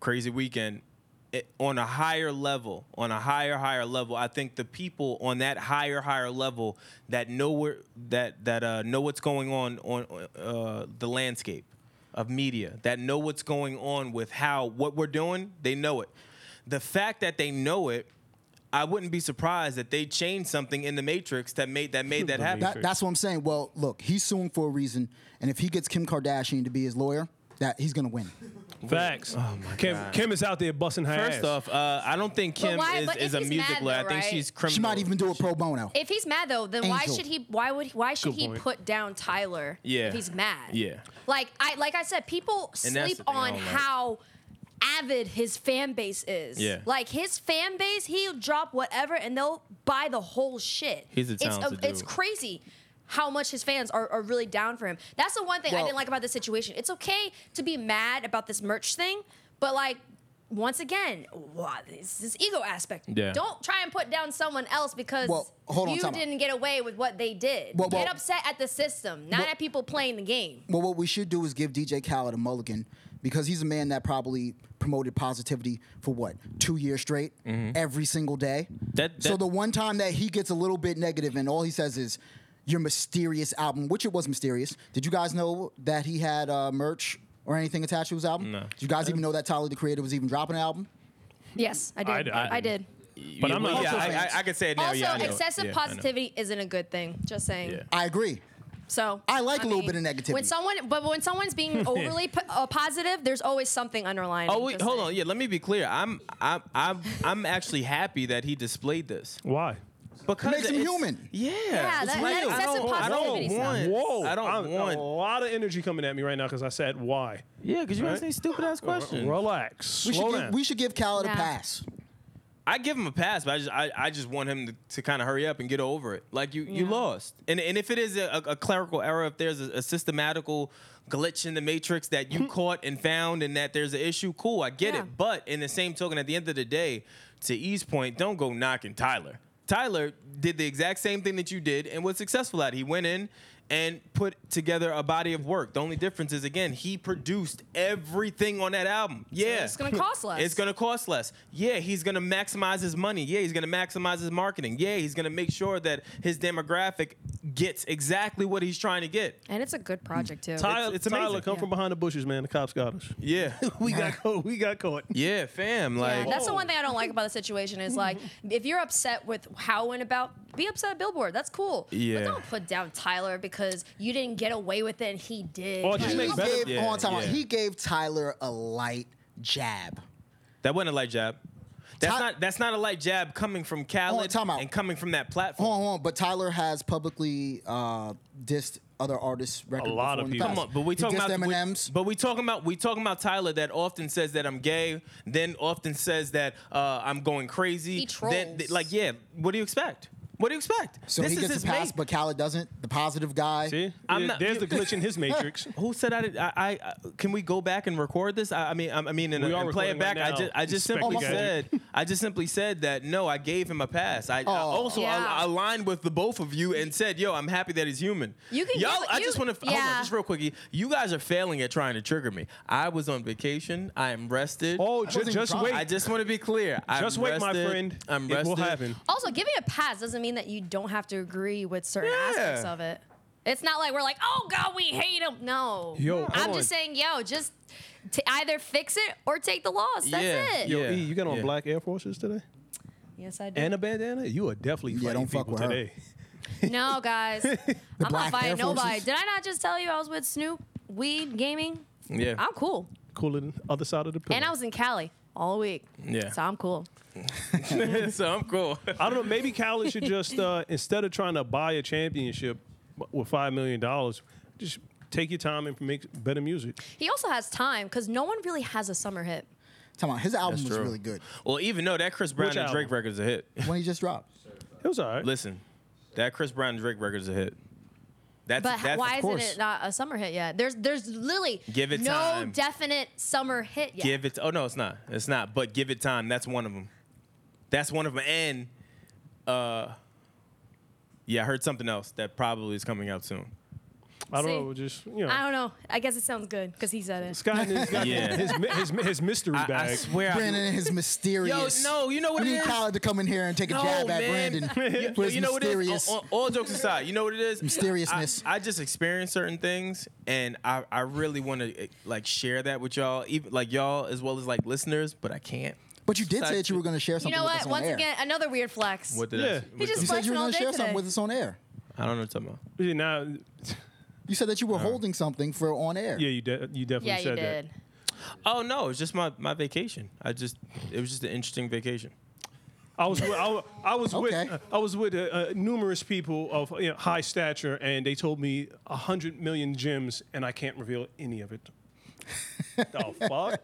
D: crazy weekend. It, on a higher level, on a higher, higher level, I think the people on that higher, higher level that know where that that uh, know what's going on on uh, the landscape of media, that know what's going on with how what we're doing, they know it. The fact that they know it, I wouldn't be surprised that they changed something in the matrix that made that made that happen.
E: That- that's what I'm saying. Well, look, he's suing for a reason, and if he gets Kim Kardashian to be his lawyer, that he's gonna win.
C: Facts. Kim, Kim is out there busting her
D: First
C: ass.
D: off, uh, I don't think Kim
A: why-
D: is,
A: but if
D: is a
A: he's
D: music
A: mad,
D: lawyer. I
A: though,
D: think
A: right?
D: she's criminal.
E: She might even do it pro bono.
A: If he's mad though, then why
E: Angel.
A: should he? Why would? Why should
C: Good
A: he
C: point.
A: put down Tyler?
D: Yeah.
A: If he's mad.
D: Yeah.
A: Like I like I said, people
D: And that's
A: sleep
D: the thing I
A: on
D: don't like.
A: how avid his fan base is.
D: Yeah.
A: Like his fan base, he'll drop whatever and they'll buy the whole shit.
D: He's a
A: it's,
D: talented
A: It's
D: dude.
A: crazy. How much his fans are, are really down for him. That's the one thing I
E: Well-
A: didn't like about this situation. It's okay to be mad about this merch thing, but like, once again, wow, this, this ego aspect.
D: Yeah.
A: Don't try and put down someone else because
E: Well, hold on,
A: you
E: time out.
A: didn't get away with what they did.
E: Well, well-
A: get upset at the system, not
E: Well-
A: at people playing the game.
E: Well, what we should do is give DJ Khaled a mulligan because he's a man that probably promoted positivity for what two years straight, every single day.
D: That-
E: so
D: that-
E: the one time that he gets a little bit negative and all he says is your mysterious album, which it was mysterious. Did you guys know that he had uh, merch or anything attached to his album? No. Did you guys even know that Tyler the Creator was even dropping an album?
A: Yes, I did.
C: I d- I
A: I, did.
D: But
C: I'm not-
D: Yeah,
C: Also
D: I,
E: fans.
D: I, I could say it now.
A: also,
D: yeah, I know.
A: excessive
D: Yeah, I know.
A: positivity isn't a good thing. Just saying.
D: Yeah.
E: I agree.
A: So
E: I like a little bit of negativity.
A: When someone, but when someone's
D: *laughs*
A: being *laughs* overly p- uh, positive, there's always something underlying.
D: Oh wait, hold on. Yeah, let me be clear. I'm I'm I'm I'm actually happy that he displayed this
C: Why?
D: because
E: makes him
D: it's-
E: human.
D: Yeah,
A: Yeah,
D: it's
A: that-
D: real.
A: that excessive
D: I don't, I
A: positivity
D: don't
A: stuff.
D: want.
C: Whoa.
D: I don't
C: I'm-
D: want.
C: A lot of energy coming at me right now because I said why.
D: Yeah, because you
C: Right?
D: asked me stupid ass questions.
C: Relax.
E: We
C: Slow
E: should
C: down.
E: give, we should give Khaled
A: Nah.
E: a pass.
D: I give him a pass, but I just I, I just want him to, to kind of hurry up and get over it. Like you you
A: Yeah.
D: lost, and and if it is a, a, a clerical error, if there's a, a systematical glitch in the matrix that you caught and found, and that there's an issue, cool, I get
A: Hmm. Yeah.
D: it. But in the same token, at the end of the day, to E's point, don't go knocking Tyler. Tyler did the exact same thing that you did and was successful at. it. He went in and put together a body of work. The only difference is again, he produced everything on that album. Yeah.
A: it's gonna cost less.
D: *laughs* It's gonna cost less. Yeah, he's gonna maximize his money. Yeah, he's gonna maximize his marketing. Yeah, he's gonna make sure that his demographic gets exactly what he's trying to get.
A: And it's a good project too.
C: Tyler,
D: it's amazing.
C: Tyler, come
A: Yeah.
C: from behind the bushes, man. The cops got us.
D: Yeah, *laughs*
C: We got caught. We got caught.
D: yeah, fam. Like,
A: yeah, that's the one thing I don't like about the situation is like if you're upset with how and about, be upset at Billboard. That's cool. But
D: Yeah.
A: don't put down Tyler because because you didn't get away with it and he did.
C: Or just
E: he
C: make
A: Like,
C: better-
E: gave
D: Yeah,
E: on time. out.
D: yeah.
E: He gave Tyler a light jab.
D: That wasn't a light jab. That's
E: Ty-
D: not that's not a light jab coming from
E: Hold on,
D: Khaled
E: time out.
D: and coming from that platform.
E: Hold on, hold on. But Tyler has publicly uh, dissed other artists' records.
C: lot of
E: before in the
C: people.
E: past.
D: Come on, but we
E: He
D: talking
E: dissed
D: about we-
E: Eminem's.
D: but we talking about we talking about Tyler that often says that I'm gay, then often says that uh, I'm going crazy.
A: He
D: then,
A: trolls.
D: like, yeah, what do you expect? What do you expect?
E: so he gets a pass,
D: mate.
E: but Khaled doesn't. The positive guy.
C: See,
D: I'm
C: There-
D: not-
C: there's the glitch in his matrix.
D: Who said I did? I, I I- can we go back and record this? I, I mean, I, I mean, and,
C: We are
D: and play it
C: recording right
D: back. I
C: now.
D: just, I just
C: Inspector
D: simply
C: Gadget.
D: said, I just simply said that no, I gave him a pass. I, I also
A: Oh, Yeah.
D: al- aligned with the both of you and said, yo, I'm happy that he's human.
A: You can
D: y'all.
A: give-
D: I
A: you-
D: just want to hold
A: yeah.
D: on, just real quick. You guys are failing at trying to trigger me. I was on vacation. I am rested.
C: Oh, ju-
E: wasn't
C: just
E: drunk.
C: wait.
D: I just want to be clear. I'm
C: Just wait, my
D: rested.
C: friend.
D: I'm
C: it
D: rested.
C: will happen.
A: Also, giving a pass doesn't mean that you don't have to agree with certain
D: Yeah.
A: aspects of it. It's not like we're like, oh God, we hate him. No.
C: Yo,
A: I'm
C: come
A: just
C: on.
A: saying, yo, just t- either fix it or take the loss. That's
D: Yeah.
A: it.
D: Yo,
C: Yo, E, you got on
D: Yeah.
C: black Air Forces today
A: Yes, I did. *laughs*
C: and a bandana. You are definitely fighting
E: Yeah, don't fuck
C: people
E: with her.
C: today.
A: No, guys. I'm not
E: black Air
A: fighting nobody.
E: Forces?
A: Did I not just tell you I was with Snoop, weed, gaming?
D: Yeah.
A: I'm cool.
C: Cooler than other side of the pillow.
A: And I was in Cali all week.
D: Yeah.
A: So I'm cool.
D: *laughs* so I'm cool.
C: I don't know. Maybe Khaled should just uh, *laughs* instead of trying to buy a championship with five million dollars, just take your time and make better music.
A: He also has time because no one really has a summer hit.
E: Come on, his album
D: That's
E: was
D: true. *laughs*
E: really good.
D: Well, even though that Chris Brown
C: Which
D: and Drake
C: album?
D: record's a hit.
E: When he just dropped.
C: It was all right.
D: Listen, that Chris Brown and Drake record's a hit. That's
A: But
D: that's
A: why
D: of
A: isn't
D: course.
A: it not a summer hit yet? There's there's literally
D: Give it
A: no
D: time.
A: definite summer hit yet.
D: Give it. Oh no, it's not. It's not. But give it time. That's one of them. That's one of them. And uh, yeah, I heard something else that probably is coming out soon.
C: I don't
A: See?
C: know. Just you know,
A: I don't know. I guess it sounds good because he said it.
C: Scott has got
D: Yeah.
C: his, mi- his mi- his mystery
D: I, I
C: bag.
D: swear. I,
E: Brandon and his mysterious.
D: no, you know what
E: we
D: it
E: need
D: is?
E: Khaled to come in here and take a
D: No,
E: jab at
D: man.
E: Brandon
D: Yo,
E: for
D: *laughs*
E: his
D: you know what it
E: mysterious.
D: is? Oh, All, all- all jokes aside, you know what it is?
E: Mysteriousness.
D: I, I just experience certain things, and I, I really want to like share that with y'all, even like y'all as well as like listeners, but I can't.
E: But you did say that you were going to share
A: You
E: something
A: know
E: with
A: what?
E: us on
A: Once
E: air.
A: again, another weird flex.
D: What did
C: Yeah.
D: I?
C: He
D: what
E: you
A: just
D: did I-
E: said you
A: flexing
E: were
A: all
E: going to
A: day
E: share something
A: today.
E: with us on air.
D: I don't know what I'm talking about.
C: You know,
E: You said that you were holding something for on air.
C: yeah, you de- you definitely
A: yeah, you
C: said
A: did.
D: Oh no, it's just my my vacation. I just it was just an interesting vacation.
C: that. I was with, I, wa- I was
E: Okay.
C: with I was with uh, uh, numerous people of you know, high stature, and they told me a hundred million gems, and I can't reveal any of it. the fuck?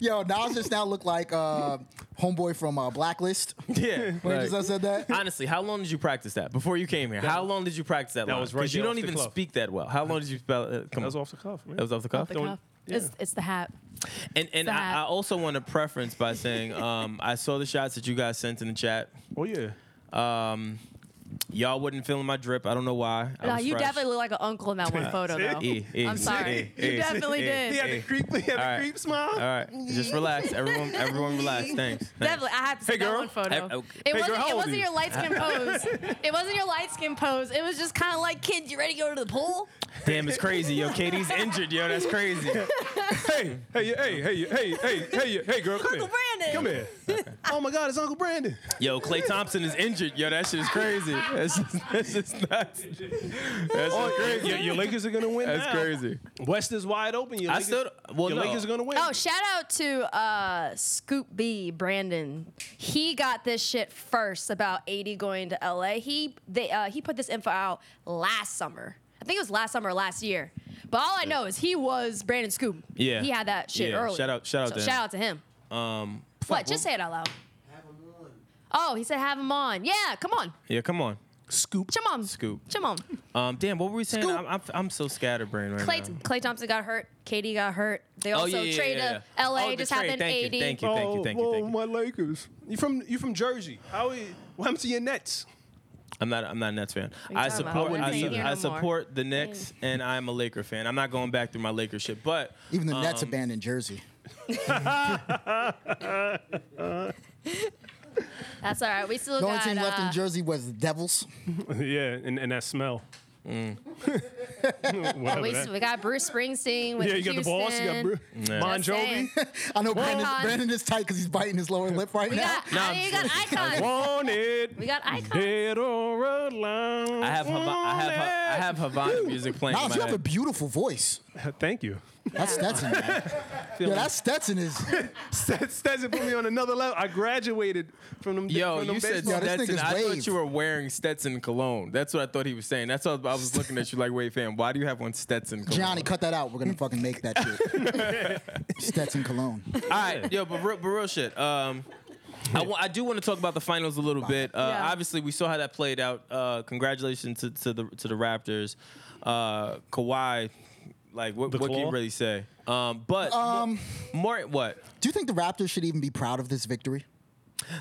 E: Yo, Nas just now look like uh, homeboy from
D: *laughs*
E: uh, Blacklist.
D: Yeah.
E: When he just now said that.
D: Honestly, how long did you practice that before you came here? How long did you practice that?
C: that
D: line?
C: was right
D: 'Cause you
C: there
D: don't
C: off the
D: even
C: cuff.
D: speak that well. How long did you spell it? Come
C: That was
D: on.
C: off the cuff. Man.
D: That was off the cuff.
A: The
C: Don't-
A: cuff.
C: yeah.
A: It's, it's the hat.
D: And and
A: Sad.
D: I, I also want to preference by saying um, I saw the shots that you guys sent in the chat.
C: oh yeah.
D: Um, y'all wasn't feeling my drip. I don't know why. I
A: No,
D: was
A: you
D: fresh.
A: definitely look like an uncle in that
D: *laughs*
A: one photo, though.
D: Eh, eh,
A: I'm sorry.
D: eh,
A: You
D: eh,
A: definitely
D: eh,
A: did. He had
D: eh.
C: creep, he had
D: All right.
C: smile.
D: All right, just relax, everyone.
A: *laughs*
D: Everyone, relax. Thanks. Thanks.
A: *laughs* Definitely, I have to say
D: Hey,
A: that
D: girl.
A: one photo.
D: Hey, okay.
A: It
D: Hey,
A: wasn't,
D: girl, how
A: it
D: old
A: wasn't
D: are you?
A: your light
D: *laughs*
A: skin pose. it wasn't your light skin pose. It was just kind of like, kid, you ready to go to the pool?
D: Damn, it's crazy, yo. Katie's injured, yo. That's crazy.
C: Hey, hey, hey, hey, hey, hey, hey, hey, girl, come
A: Uncle
C: here.
A: Brandon.
C: Come here. Oh my God, it's Uncle Brandon.
D: Yo, Clay Thompson is injured. Yo, that shit is crazy. That's just, that's just nuts. That's just crazy.
C: Your, your Lakers are gonna win.
D: That's
C: now.
D: crazy.
C: West is wide open. Your
D: I
C: Lakers,
D: still well,
C: your
D: no.
C: Lakers are gonna win.
A: Oh, shout out to uh, Scoop B Brandon. He got this shit first about 80 going to LA. He they uh, he put this info out last summer. I think it was last summer, or last year. But all I know is he was Brandon Scoop.
D: Yeah.
A: he had that shit
D: Yeah,
A: early.
D: shout out- shout out
A: So
D: to him.
A: shout out to him.
D: Um,
A: What? Just say it out loud.
E: *laughs*
A: Oh, he said have him on. Yeah, come on,
D: yeah, come on.
C: Scoop.
A: come on,
D: Scoop.
A: come on.
D: Um, damn, what were we saying?
E: Scoop.
D: I'm, I'm, I'm so scatterbrained right
A: Clay,
D: now.
A: Clay Thompson got hurt. Katie got hurt. They
D: Oh,
A: also
D: yeah, yeah,
A: traded
D: yeah, yeah.
A: to LA.
D: Oh, the
A: just
D: trade.
A: happened.
D: Thank you,
A: 80.
D: thank you. thank you,
C: oh,
D: thank you.
C: my Lakers. You from you from Jersey? How? Are you, what happened to your *laughs* Nets?
D: I'm not. I'm not a Nets fan.
A: you
D: I
A: talking about?
D: support.
A: We're not
D: I,
A: here
D: su-
A: no
D: I
A: more.
D: support the Knicks, and I'm a Laker fan. I'm not going back through my Laker shit, but
E: Even the Nets abandoned Jersey.
A: That's all right. We still
E: The only
A: got.
E: team left
A: uh,
E: in Jersey was the Devils.
D: Mm.
C: yeah, and, and that smell. *laughs* Whatever
A: We,
C: that-
A: we got Bruce Springsteen with
C: yeah, you got the boss. You got
A: Houston.
C: Bru- Bon
A: Just saying.
C: Jovi.
E: I know
A: Well-
E: Brandon, Brandon is tight because he's biting his lower lip right
A: We
E: now.
A: got, I mean, you got *laughs* icons.
C: Want it.
A: We got icons.
C: Dead or alive.
D: I have Hava- I have Ha- I have Havana music playing. in
E: Nas,
D: my
E: you have a
D: head.
E: beautiful voice.
C: *laughs* Thank you.
E: That's Stetson. man. yeah, that Stetson is.
C: Stetson put me on another level. I graduated from them.
D: Yo,
C: from them
D: you said
C: baseball-
E: Yo, this
D: Stetson.
E: nigga's
D: I
E: waved.
D: thought you were wearing Stetson cologne. That's what I thought he was saying. That's why I was looking at you like, wait, fam, why do you have on Stetson cologne?
E: Johnny, cut that out. We're gonna fucking make that shit. Stetson Cologne.
D: All right, yo, but real, but real shit. Um, I wa- I do want to talk about the finals a little bit. Uh,
A: Yeah.
D: Obviously, we saw how that played out. Uh, congratulations to, to the to the Raptors. Uh, Kawhi, like what,
C: The
D: what can you
C: claw?
D: really say? Um, but more what?
E: Do you think the Raptors should even be proud of this victory?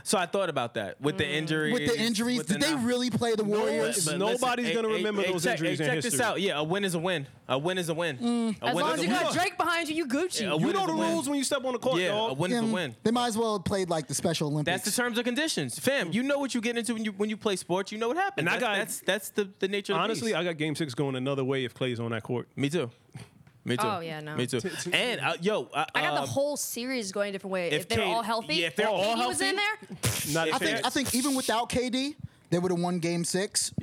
D: So I thought about that with the injury.
E: With the injuries, did they really play the Warriors?
C: but- Nobody's gonna remember those
D: check,
C: injuries
D: Hey,
C: in
D: check this
C: history.
D: out. Yeah, a win is a win. A win is a win. A
A: Mm. As
D: win
A: long as
D: is a
A: you
D: win.
A: got Drake behind you, you Gucci.
D: Yeah, a win
C: You
D: is
C: know
D: a
C: the
D: win.
C: rules when you step on the court,
D: Yeah,
C: dog.
D: a win is a
E: Um,
D: win.
E: They might as well have played like the Special Olympics.
D: That's the terms and conditions, fam. You know what you get into when you when you play sports. You know what happens.
C: And I
D: That-
C: got-
D: that's that's the, the nature. of the
C: Honestly,
D: beast.
C: I got game six going another way if Clay's on that court.
D: me too. Me too.
A: Oh, yeah, no.
D: Me too. And uh, yo, I,
A: I got
D: uh,
A: the whole series going a different way. If, they're
D: Kate-
A: all healthy,
D: yeah, if they're all
A: he was in
D: healthy.
A: there.
C: Not a
E: I think.
C: chance.
E: I think even without KD, they would have won Game Six.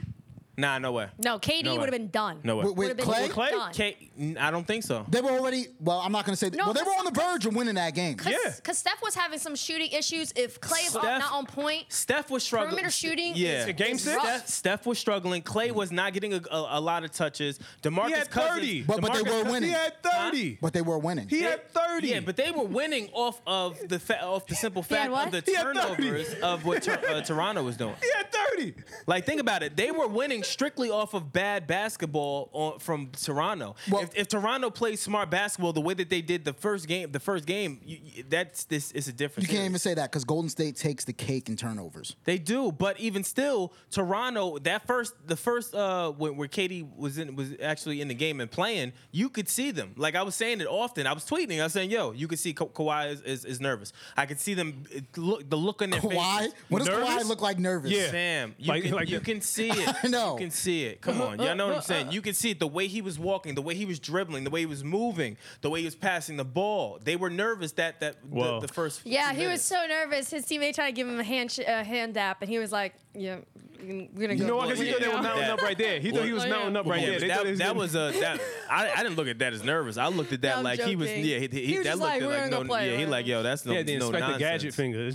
D: nah, no way.
A: No, KD
D: No way.
A: would have been done.
D: No way.
E: With, with
A: Would've been
E: Clay,
A: With Clay? done.
D: Kate, n- I don't think so.
E: they were already. Well, I'm not gonna say.
A: No,
E: well, they were
A: that's-
E: on the verge of winning that game.
A: Cause,
C: Yeah.
A: 'cause Steph was having some shooting issues. If Clay was
D: Steph-
A: not on point,
D: Steph was struggling.
A: perimeter shooting.
D: Yeah.
A: is-
C: In game
A: is
C: six?
A: rough.
D: Steph, Steph was struggling. Clay was not getting a, a, a lot of touches. Demarcus
C: He had
D: Cousins,
C: 30.
E: But- but they
C: DeMarcus
E: were
C: Cousins-
E: winning.
C: He had 30.
E: But they were winning.
C: He had 30.
D: Yeah, but they were winning off of the fa- off the simple
A: had
D: fact
A: what?
D: of the
C: He had 30.
D: turnovers of what Tor- uh, Toronto was doing.
C: he had 30.
D: Like, think about it. They were winning strictly off of bad basketball on, from Toronto.
E: Well-
D: if, if Toronto plays smart basketball the way that they did the first game, the first game, you, you- that's this is a different.
E: You can't
D: series.
E: even say that because Golden State takes the cake in turnovers.
D: They do, but even still, Toronto. That first, the first uh, when, where Katie was in was actually in the game and playing, you could see them. Like I was saying it often. I was tweeting. I was saying, "Yo, you could see Ka- Kawhi is, is, is nervous. I could see them it, look the look in their
E: Kawhi,
D: faces.
E: what does
C: Nervous?
E: Kawhi look like nervous?
C: Yeah.
D: Sam, you,
C: Like-
D: can,
C: like
D: you
C: that.
D: can
E: *laughs*
D: see it.
E: I know.
D: You can see it. Come on. Y'all know what I'm saying. You can see it. The way he was walking, the way he was dribbling, the way he was moving, the way he was passing the ball. They were nervous that that the,
C: Whoa.
D: the first.
A: Yeah,
D: few
A: he was
D: minutes.
A: so nervous. His teammate tried to give him a hand, a hand dap, and he was like, "Yeah, we're gonna
C: You
A: go."
C: know what?
D: why?
C: Because he
D: Yeah.
C: thought they were
D: Yeah.
C: mounting up right there. He thought he was
A: Yeah.
C: mounting up right
D: Yeah,
C: there.
D: but
C: They thought
D: that,
C: he
D: that
C: gonna-
D: was a that I, I didn't look at that as nervous. I looked at that
A: I'm
D: like he was yeah
A: joking.
D: he, he,
A: He was
D: that
A: just
D: looked
A: like,
D: at
A: "We're
D: like
A: gonna
D: no
A: go play,
D: yeah he
A: right?"
D: like yo that's no
C: Yeah, the
D: no
C: Inspector
D: nonsense.
C: Gadget finger.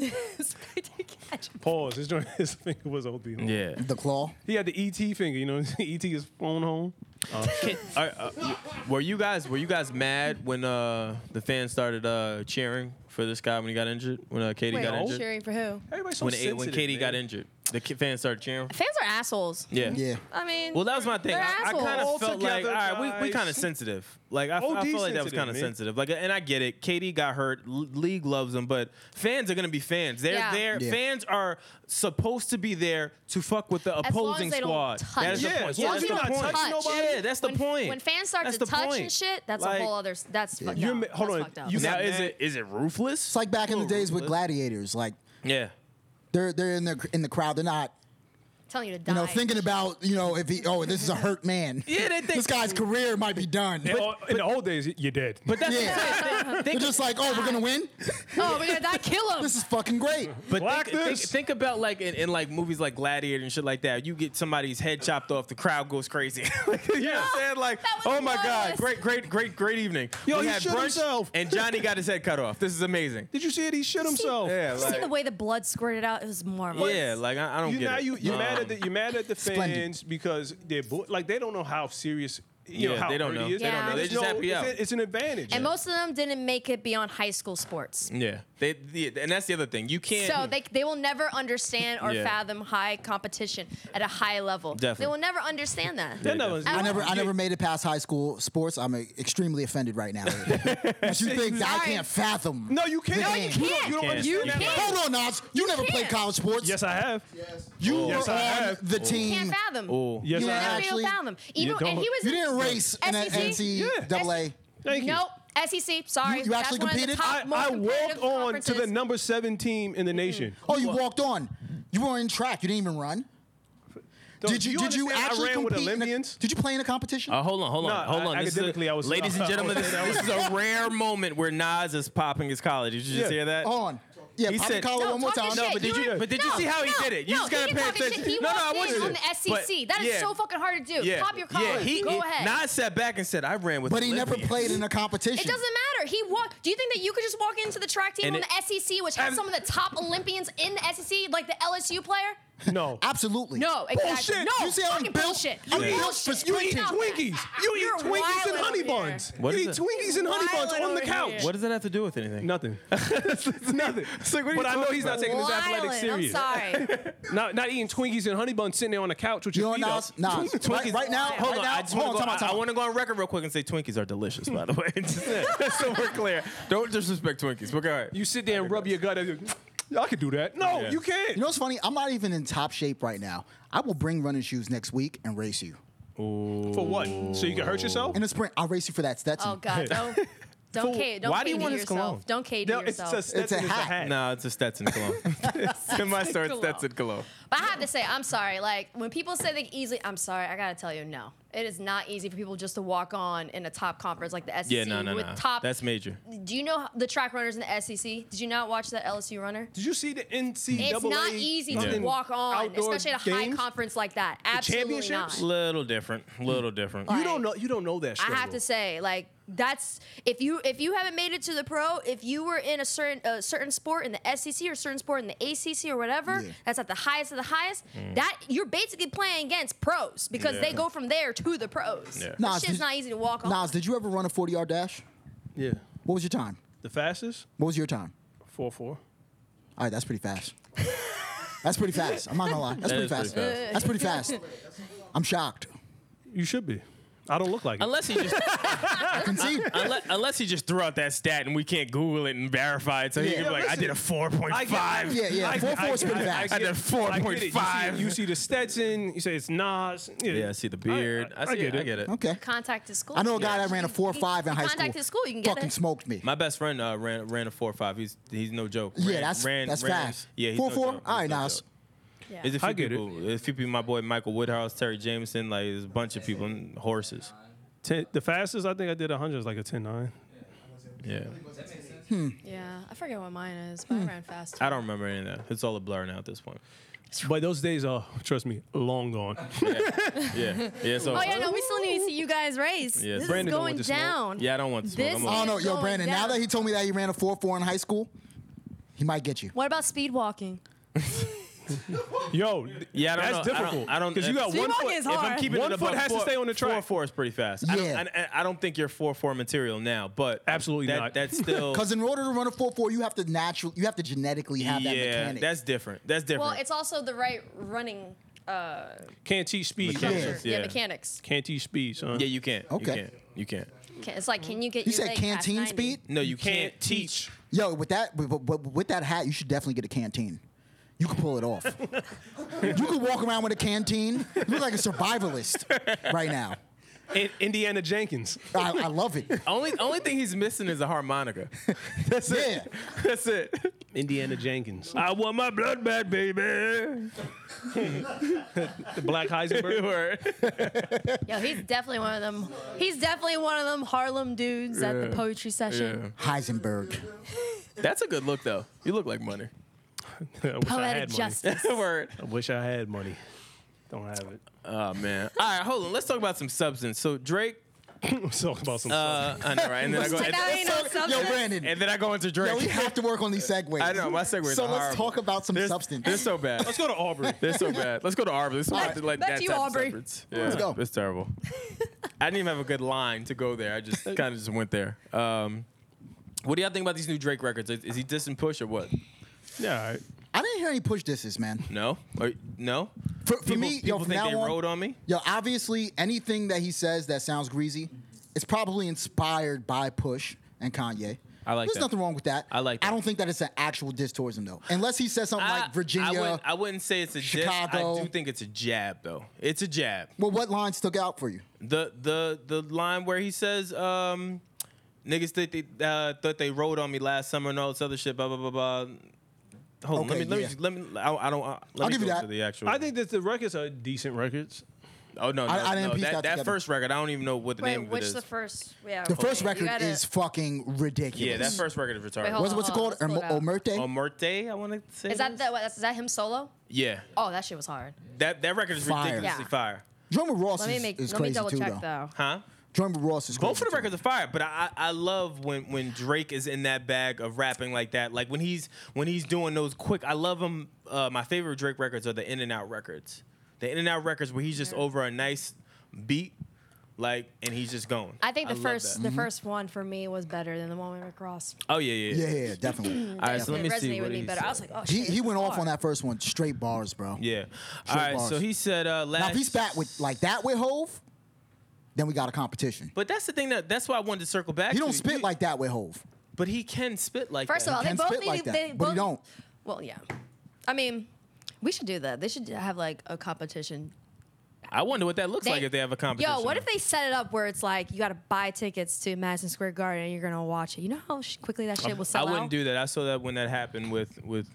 C: *laughs*
A: *laughs*
C: Pause. His, joint- his finger was OD. *laughs*
D: Yeah.
E: The claw.
C: He had the ET finger. You know, *laughs* ET is flown home.
D: Can- are- uh, were you guys were you guys mad when uh the fans started uh cheering for this guy when he got injured when uh, Katie
A: Wait,
D: got
A: I'm
D: injured
A: cheering for who?
C: Everybody's so
D: when it,
C: sensitive.
D: when Katie
C: man.
D: got injured the ki- fans started cheering.
A: Fans are assholes.
D: Yeah.
E: Yeah.
A: I mean,
D: Well, that was my thing.
A: They're
D: I, I
A: assholes.
D: kind of felt like, all
C: Altogether,
D: right, we, we
C: guys.
D: kind of sensitive. Like, I, f- I
C: OD
D: felt like that was
C: sensitive,
D: kind of
C: man.
D: sensitive. Like, and I get it. KD got hurt. L- league loves them, but fans are gonna be fans. They're
A: Yeah.
D: there.
E: Yeah.
D: Fans are supposed to be there to fuck with the opposing
A: they don't
D: squad.
A: touch.
D: That is
C: Yeah,
D: the
C: as
D: point.
C: long
D: Yeah,
C: as
D: that's
C: you're
D: the
C: not
D: point.
C: touching nobody.
D: Yeah, that's the
A: when,
D: point.
A: When fans start
D: That's
A: to
D: the
A: touch and
D: point.
A: shit, that's
D: Like-
A: a whole other. That's fucked
C: You're
A: up.
C: ma- hold
A: That's
C: on.
A: fucked up.
C: You
D: now
C: got
D: is
C: mad.
D: it is it ruthless?
E: It's like back in the days with gladiators. Like
D: yeah.
E: they're they're in the in the crowd. They're not
A: telling you to die.
E: you know thinking about you know if he oh this is a hurt man.
D: Yeah, they think-
E: this guy's career might be done.
C: In, all- in the old days, y- you're dead.
D: But that's
E: Yeah.
D: yeah.
E: They're just like oh we're gonna win.
A: oh, we're gonna die. Kill him.
E: *laughs* This is fucking great.
D: But
C: Block
D: think, think,
C: this.
D: think about like in, in like movies like Gladiator and shit like that. You get somebody's head chopped off, the crowd goes crazy. *laughs* you know what I'm saying? Like,
A: that was
D: oh my god,
A: flawless.
D: great, great, great, great evening.
C: Yo,
D: We
C: he
D: had
C: shit
D: brunch,
C: himself.
D: and Johnny got his head cut off. This is amazing.
C: Did you see it? He shit himself.
E: *laughs*
D: Yeah,
A: you see
D: like,
A: the way the blood squirted out? It was marvelous.
D: yeah, like I, I don't
C: You,
D: get
C: now
D: it.
C: you you mad
D: Um,
C: at the you mad at the
E: Splendid.
C: fans because they're bo- like they don't know how serious you know
D: Yeah,
C: how
D: they don't
C: hurt he
D: know.
C: is.
A: They don't know. They
C: There's
D: just
C: no-
D: happy
C: it's,
D: out.
C: a- it's an advantage.
A: And most of them didn't make it beyond high school sports.
D: yeah, they, yeah, and that's the other thing. You can't.
A: So they, they will never understand or
D: Yeah.
A: fathom high competition at a high level.
D: Definitely.
A: They will never understand that.
C: They're not-
E: I never, I never made it past high school sports. I'm uh, extremely offended right now. But you think that I
A: Sorry.
E: can't fathum?
C: No, you can't.
E: No, you
C: You don't- You don't
D: can't.
C: understand.
D: You
C: that.
A: can't.
E: Hold on, Nas. You, never played
A: can't.
E: college sports.
C: Yes, I have.
E: you were
C: Yes, I
E: on
C: have.
E: the
A: You
E: team.
A: can't fathom.
D: oh,
C: Yes,
E: You
C: I
E: didn't
C: have.
A: Never
E: actually-
A: even found them. Even
C: don't-
A: and he was
E: You didn't race
A: E
E: in that
A: SEC? E
E: NCAA.
C: Thank you.
A: Nope. SEC. Sorry.
E: You- you actually
A: That's
E: competed?
A: One of
C: I,
A: the top, most
C: I walked
A: competitive
C: on to the
A: conferences.
C: number seven team in the nation.
E: Oh, you walked on. You were in track. You didn't even run. did
C: do
E: you,
C: you
E: did you
C: understand I
E: actually
C: ran with
E: compete? in a- *laughs*
C: Olympians?
E: did you play in a competition?
D: Uh, hold on, hold on,
C: Nah,
D: hold
C: I-
D: on. This is a-
C: academically, I was- uh,
D: ladies
C: I
D: and
C: was
D: gentlemen, this,
C: saying I was-
D: this is
C: *laughs*
D: a rare moment where Nas is popping his college. Did you just
C: Yeah. Oh.
D: hear that?
E: Hold on. Yeah,
D: He
E: pop the
D: said-
E: collar
A: No,
E: one more
A: talking
E: time.
A: shit.
D: but did you-
A: were-
D: but did you see how he did it? You
A: no,
D: just gotta
A: he
D: pay
A: didn't talk
D: attention.
A: Shit. He
D: No, no, I
A: walked
D: want
A: in
D: you to-
A: on the SEC.
D: but-
A: that is
D: yeah.
A: so fucking hard to do.
D: Yeah,
A: Pop your collar.
D: Yeah, he,
A: Go
D: he-
A: ahead.
D: Nas sat back and said, "I ran with."
E: But he never
D: Olympians."
E: played in a competition.
A: It doesn't matter. He walked. Do you think that you could just walk into the track team
D: And
A: on
D: it-
A: the SEC, which has
D: and-
A: some of the top Olympians in the SEC, like the LSU player?
C: No.
E: Absolutely.
A: No, exactly.
C: Bullshit.
A: No,
E: You see how I'm
A: fucking
E: built?
A: bullshit.
E: I'm built
A: bullshit.
E: for
C: You eat
A: Stop that.
C: Twinkies. You eat
A: You're
C: Twinkies and
A: wildin'
C: honey
A: over
C: buns.
A: here.
D: What
C: you
D: is
C: eat
D: it?
C: Twinkies and honey
A: Wildin'
C: buns on
A: over
C: the couch.
A: here.
D: What does that have to do with anything?
C: Nothing. *laughs* Nothing.
D: what are
C: but
D: you
C: I know
D: talking
C: he's not
D: about?
C: taking his athletic
A: Wildin', I'm
D: *laughs*
C: serious.
A: sorry.
C: Not, not eating Twinkies and honey buns sitting there on the couch with
E: You
C: your
E: know,
C: feet up.
E: Nas, Nas. right,
D: Twinkies-
E: right now,
D: Hold
E: right
D: on,
E: now,
D: I just want
E: hold
D: to
E: on,
D: go.
E: time out, time
D: I
E: out.
D: want to go on record real quick and say Twinkies are delicious. By the way, *laughs* Just
E: *laughs*
D: so we're clear, don't disrespect Twinkies. But all right,
C: You sit there and rub your gut. and *laughs* you- I could do that. No,
D: Yeah.
C: you can't.
E: You know what's funny? I'm not even in top shape right now. I will bring running shoes next week and race you.
C: For what? So you can hurt yourself?
E: In the sprint, I'll race you for that Stetson.
A: Oh God, don't don't cave. Don't
D: why do
A: cave
D: you
A: to
D: want his
A: yourself.
D: cologne?
A: Don't cave to
C: No, it's
A: yourself.
C: a Stetson.
E: It's a
C: it's
E: hat.
D: no, it's a Stetson *laughs* cologne. In my store, it's
A: cologne.
D: Stetson cologne.
A: But I have to say, I'm sorry. Like when people say they can easily, I'm sorry. I gotta tell you, no. It is not easy for people just to walk on in a top conference like the SEC
D: Yeah, no, no,
A: with
D: no.
A: top.
D: That's major.
A: do you know the track runners in the SEC? Did you not watch that LSU runner?
C: Did you see the NCAA?
A: It's not easy to
C: fucking
A: walk on,
C: outdoor
A: especially at a high
C: games?
A: conference like that. Absolutely not.
C: championships?
D: Little different. Little different.
C: You don't know. You don't know that.
A: I
C: Struggle.
A: have to say, like that's if you if you haven't made it to the pro, if you were in a certain a certain sport in the SEC or certain sport in the ACC or whatever,
E: Yeah.
A: that's at the highest of the highest.
D: Mm.
A: That you're basically playing against pros because they go from there to the pros.
D: Yeah.
A: That
E: Nas,
A: shit's
E: did-
A: not easy to walk on.
E: Nas, did you ever run a 40 yard dash?
C: Yeah.
E: What was your time?
C: The fastest
E: What was your time?
C: four four.
E: All right, that's
A: *laughs*
E: pretty fast. That's pretty fast. I'm not gonna lie. That's
D: That
E: pretty
D: is pretty
E: fast. That's pretty fast. I'm shocked.
C: You should be. I don't look like it.
D: Unless he *laughs* just
E: I can see.
D: unless, unless he just threw out that stat and we can't Google it and verify it, so he
E: Yeah.
D: can be like, I did a four point
C: I get-
D: five.
E: Yeah, yeah.
C: I-
E: Four four is
C: I-
E: pretty
C: I-
E: fast.
C: I
D: I did
C: get-
D: four
C: I get
D: point
C: it. You see-
D: five.
C: You see the Stetson. You say it's Nas.
D: Yeah, I see the beard. I, see
C: get
D: it. I get it.
E: Okay.
A: Contact to school.
E: I know a guy
A: Yeah.
E: that ran a
A: You-
E: four
A: you-
E: five in
A: you
E: high school.
A: Contact to school, you can get
E: fucking
A: it.
E: smoked me.
D: My best friend uh, ran ran a four five. He's he's no joke.
E: yeah,
D: Ran-
E: that's
D: ran,
E: that's
D: ran-
E: fast.
D: Yeah, he's
E: four
D: no
E: four.
D: Joke.
E: All right,
D: He's no
E: Nas.
D: joke. There's a few
C: I get it.
D: people. There's a few people. My boy Michael Woodhouse, Terry Jameson. Like there's a bunch of people. and Horses.
C: Ten, the fastest I think I did 100 is like a 10 9.
D: Yeah.
A: Yeah, I forget what mine is,
E: Hmm.
A: but I ran fast.
D: I don't remember any of that. It's all a blur now at this point.
C: But those days are, trust me, long gone.
D: Yeah. Yeah. So.
A: Oh yeah, no, we still need to see you guys race.
D: Yeah,
A: this
D: Brandon
A: is
C: don't
A: going
C: want to smoke.
A: down.
D: Yeah, I don't want to smoke.
A: This-
D: I'm
E: I
D: a-
E: don't know, yo,
A: Going
E: Brandon. Now
A: down.
E: that he told me that he ran a four four in high school, he might get you.
A: What about speed walking?
C: Yo,
D: yeah, I don't
C: that's
D: know.
C: difficult.
D: I don't uh,
C: Because you got
A: See,
C: one
A: walking
C: foot.
A: is
D: If I'm
A: hard.
D: keeping
C: One
D: it above
C: foot has to
D: four-
C: stay on the track.
D: Four four is pretty fast. I
E: Yeah.
D: don't, I, I don't think you're four four material now, but
C: Absolutely
D: that,
C: not.
D: That's
E: *laughs*
D: still
E: Because in order to run a four four, you have to natural, you have to genetically have that
D: yeah.
E: mechanic.
D: that's different. That's different.
A: Well, it's also the right running
C: Can't teach speed.
D: Mechanics.
A: culture. Yeah,
D: Yeah.
A: mechanics.
C: Can't teach speed, son.
D: yeah, you can't.
E: Okay.
D: You can't. You can't.
A: Can- It's like, can you get
E: you
A: your
E: said
A: leg past
E: canteen
A: 90?
E: speed.
D: No, you,
C: You can't teach.
E: Yo, with that with, with, with that hat, you should definitely get a canteen. You can pull it off. you could walk around with a canteen. You look like a survivalist right now.
C: In- Indiana Jenkins. *laughs*
E: I, I love it.
D: Only only thing he's missing is a
E: *laughs*
D: harmonica. That's
E: Yeah.
D: it. That's it.
C: Indiana Jenkins.
D: I want my blood back,
C: *laughs*
D: baby.
C: The Black Heisenberg.
D: *laughs* Word.
A: Yo, he's definitely one of them. He's definitely one of them Harlem dudes at the
D: Yeah.
A: poetry session.
E: Heisenberg.
D: That's a good look though. You look like money.
C: I wish I
A: Poetic
C: had money.
A: justice.
D: Word.
C: I wish I had money. Don't have it. *laughs*
D: Oh man. All right, hold on. Let's talk about some substance. So Drake.
C: Let's talk about some
E: *laughs*
D: Uh, I know, right? And then I go.
A: Like, that ain't no
E: Yo,
A: substance.
E: Brandon.
D: and then I go into Drake.
E: Yo, we have to work on these
D: *laughs*
E: segues.
D: I know my segues.
E: So
D: are
E: let's
D: horrible.
E: talk about some
D: They're-
E: substance.
D: They're so bad.
C: Let's go to Aubrey.
D: They're
E: *laughs*
D: so bad. Let's go to Aubrey. This is
E: Alright.
D: like
A: Back
D: that
A: to you,
D: type of
A: Aubrey.
D: substance. Yeah.
E: Let's go.
D: It's
E: *laughs*
D: terrible. I didn't even have a good line to go there. I just kind of just went there. Um, what do y'all think about these new Drake records? Is, is he dissing Push or what?
C: yeah, all right.
E: I didn't hear any push disses, man.
D: No, Or- no.
E: For, for
D: people,
E: me,
D: people
E: yo, from
D: think
E: now
D: they
E: on,
D: rode on me.
E: Yo, obviously, anything that he says that sounds greasy, it's probably inspired by Push and Kanye.
D: I like
E: There's
D: that.
E: nothing wrong with that.
D: I like
E: I
D: that.
E: don't think that it's an actual diss towards him though, unless he says something
D: I-
E: like Virginia.
D: I wouldn't, I wouldn't say it's a Diss.
E: Chicago.
D: I do think it's a jab though. It's a jab.
E: well, what line stuck out for you?
D: The the the line where he says, um, "Niggas think they, uh, thought they rode on me last summer and all this other shit." Blah blah blah blah. Hold on.
E: Okay,
D: Let me. Let
E: yeah.
D: me. just- Let me. I, I don't. I, let
E: I'll
D: me
E: give you
D: go
E: that.
D: To the actual.
C: I think that the records are decent records.
D: Oh no. no,
E: I- I didn't
D: no,
E: piece
D: that,
E: that
D: that
E: together.
D: first record. I don't even know what the
A: Wait,
D: *laughs* name of it
A: which
D: is.
A: the first? Yeah.
E: The first
A: okay, you
E: record
A: gotta-
E: is fucking ridiculous.
D: yeah, that first record is retarded.
A: Wait, hold
E: What's, what's it
A: Hold on,
E: called?
A: let's pull it out.
E: Omerte?
D: Omerte, I want to say.
A: Is
D: it
A: that the, what, that's- is that him solo?
D: Yeah.
A: Oh, that shit was hard.
D: That that record is
E: Fire.
D: ridiculously
A: Yeah.
D: fire.
E: Drummer Ross
A: Let me
E: is,
A: make.
E: is
A: Let me
E: crazy
A: double
E: too,
A: check
E: though.
A: though.
D: Huh?
E: Drummer Ross is crazy
D: Both of
E: too.
D: the records are fire, but I I I love when when Drake is in that bag of rapping like that. Like when he's when he's doing those quick. I love him. Uh, my favorite Drake records are the In and Out records. The In and Out records where he's just over a nice beat, like and he's just going.
A: I think the
D: love
A: first
D: that.
E: Mm-hmm.
A: the first one for me was better than the one with Rick Ross.
D: Oh yeah, yeah.
E: Yeah, yeah, yeah,
D: *clears throat*
E: definitely.
D: All right, so let
A: It
D: me
A: resonated
D: see
A: with
D: what
A: me
D: he
A: better. I
D: said.
A: was like, oh,
E: He,
A: shit,
E: he
A: this
E: went
A: is
E: off on
A: hard.
E: that first one. Straight bars, bro.
D: Yeah. All
E: Straight
D: right. So
E: bars.
D: he said uh,
E: Now,
D: last.
E: if he's back with like that with Hove, then we got a competition.
D: But that's the thing that that's why I wanted to circle back.
E: He don't
D: to.
E: spit like that with Hove.
D: But he can spit like.
A: First
D: that.
A: of all, they
E: can
A: both
E: spit
A: need
E: like
A: to.
E: that,
A: They
E: but
A: both,
E: he don't.
A: Well, yeah. I mean, we should do that. They should have like a competition.
D: I wonder what that looks like if they have a competition.
A: Yo, what if they set it up where it's like you got to buy tickets to Madison Square Garden and you're gonna watch it? You know how sh- quickly that shit will
D: I
A: sell
D: wouldn't
A: out.
D: do that. I saw that when that happened with with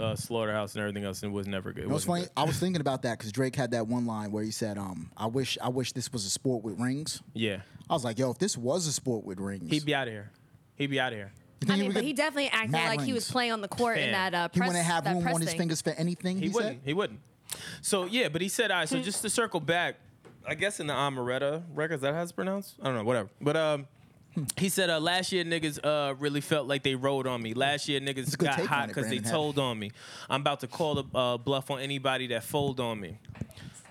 D: uh, Slaughterhouse and everything else, and it was never good. It
E: You know what's
D: wasn't
E: funny?
D: good.
E: I was thinking about that because Drake had that one line where he said, um, I wish I wish this was a sport with rings.
D: Yeah,
E: I was like, yo, if this was a sport with rings,
D: he'd be out of here. He'd be out of here.
E: You think
A: I mean,
E: would
A: but
E: get-
A: he definitely acted
E: mad
A: like he was
E: rings.
A: playing on the court in
D: Fam.
A: that uh,
E: He
A: press.
E: wouldn't have
A: that
E: room
A: press
E: on his
A: thing.
E: fingers for anything.
D: He,
E: He,
D: wouldn't.
E: said.
D: He wouldn't. So yeah, but he said, "All right."
A: Hmm.
D: So just to circle back, I guess in the Amaretta records, that how it's pronounced. I don't know, whatever. But um.
E: Hmm.
D: He said, uh, "Last year niggas uh, really felt like they rolled on me. Last year niggas
E: a good
D: got
E: take
D: hot
E: on it,
D: because they
E: Brandon.
D: told on me. I'm about to call the uh, bluff on anybody that fold on me.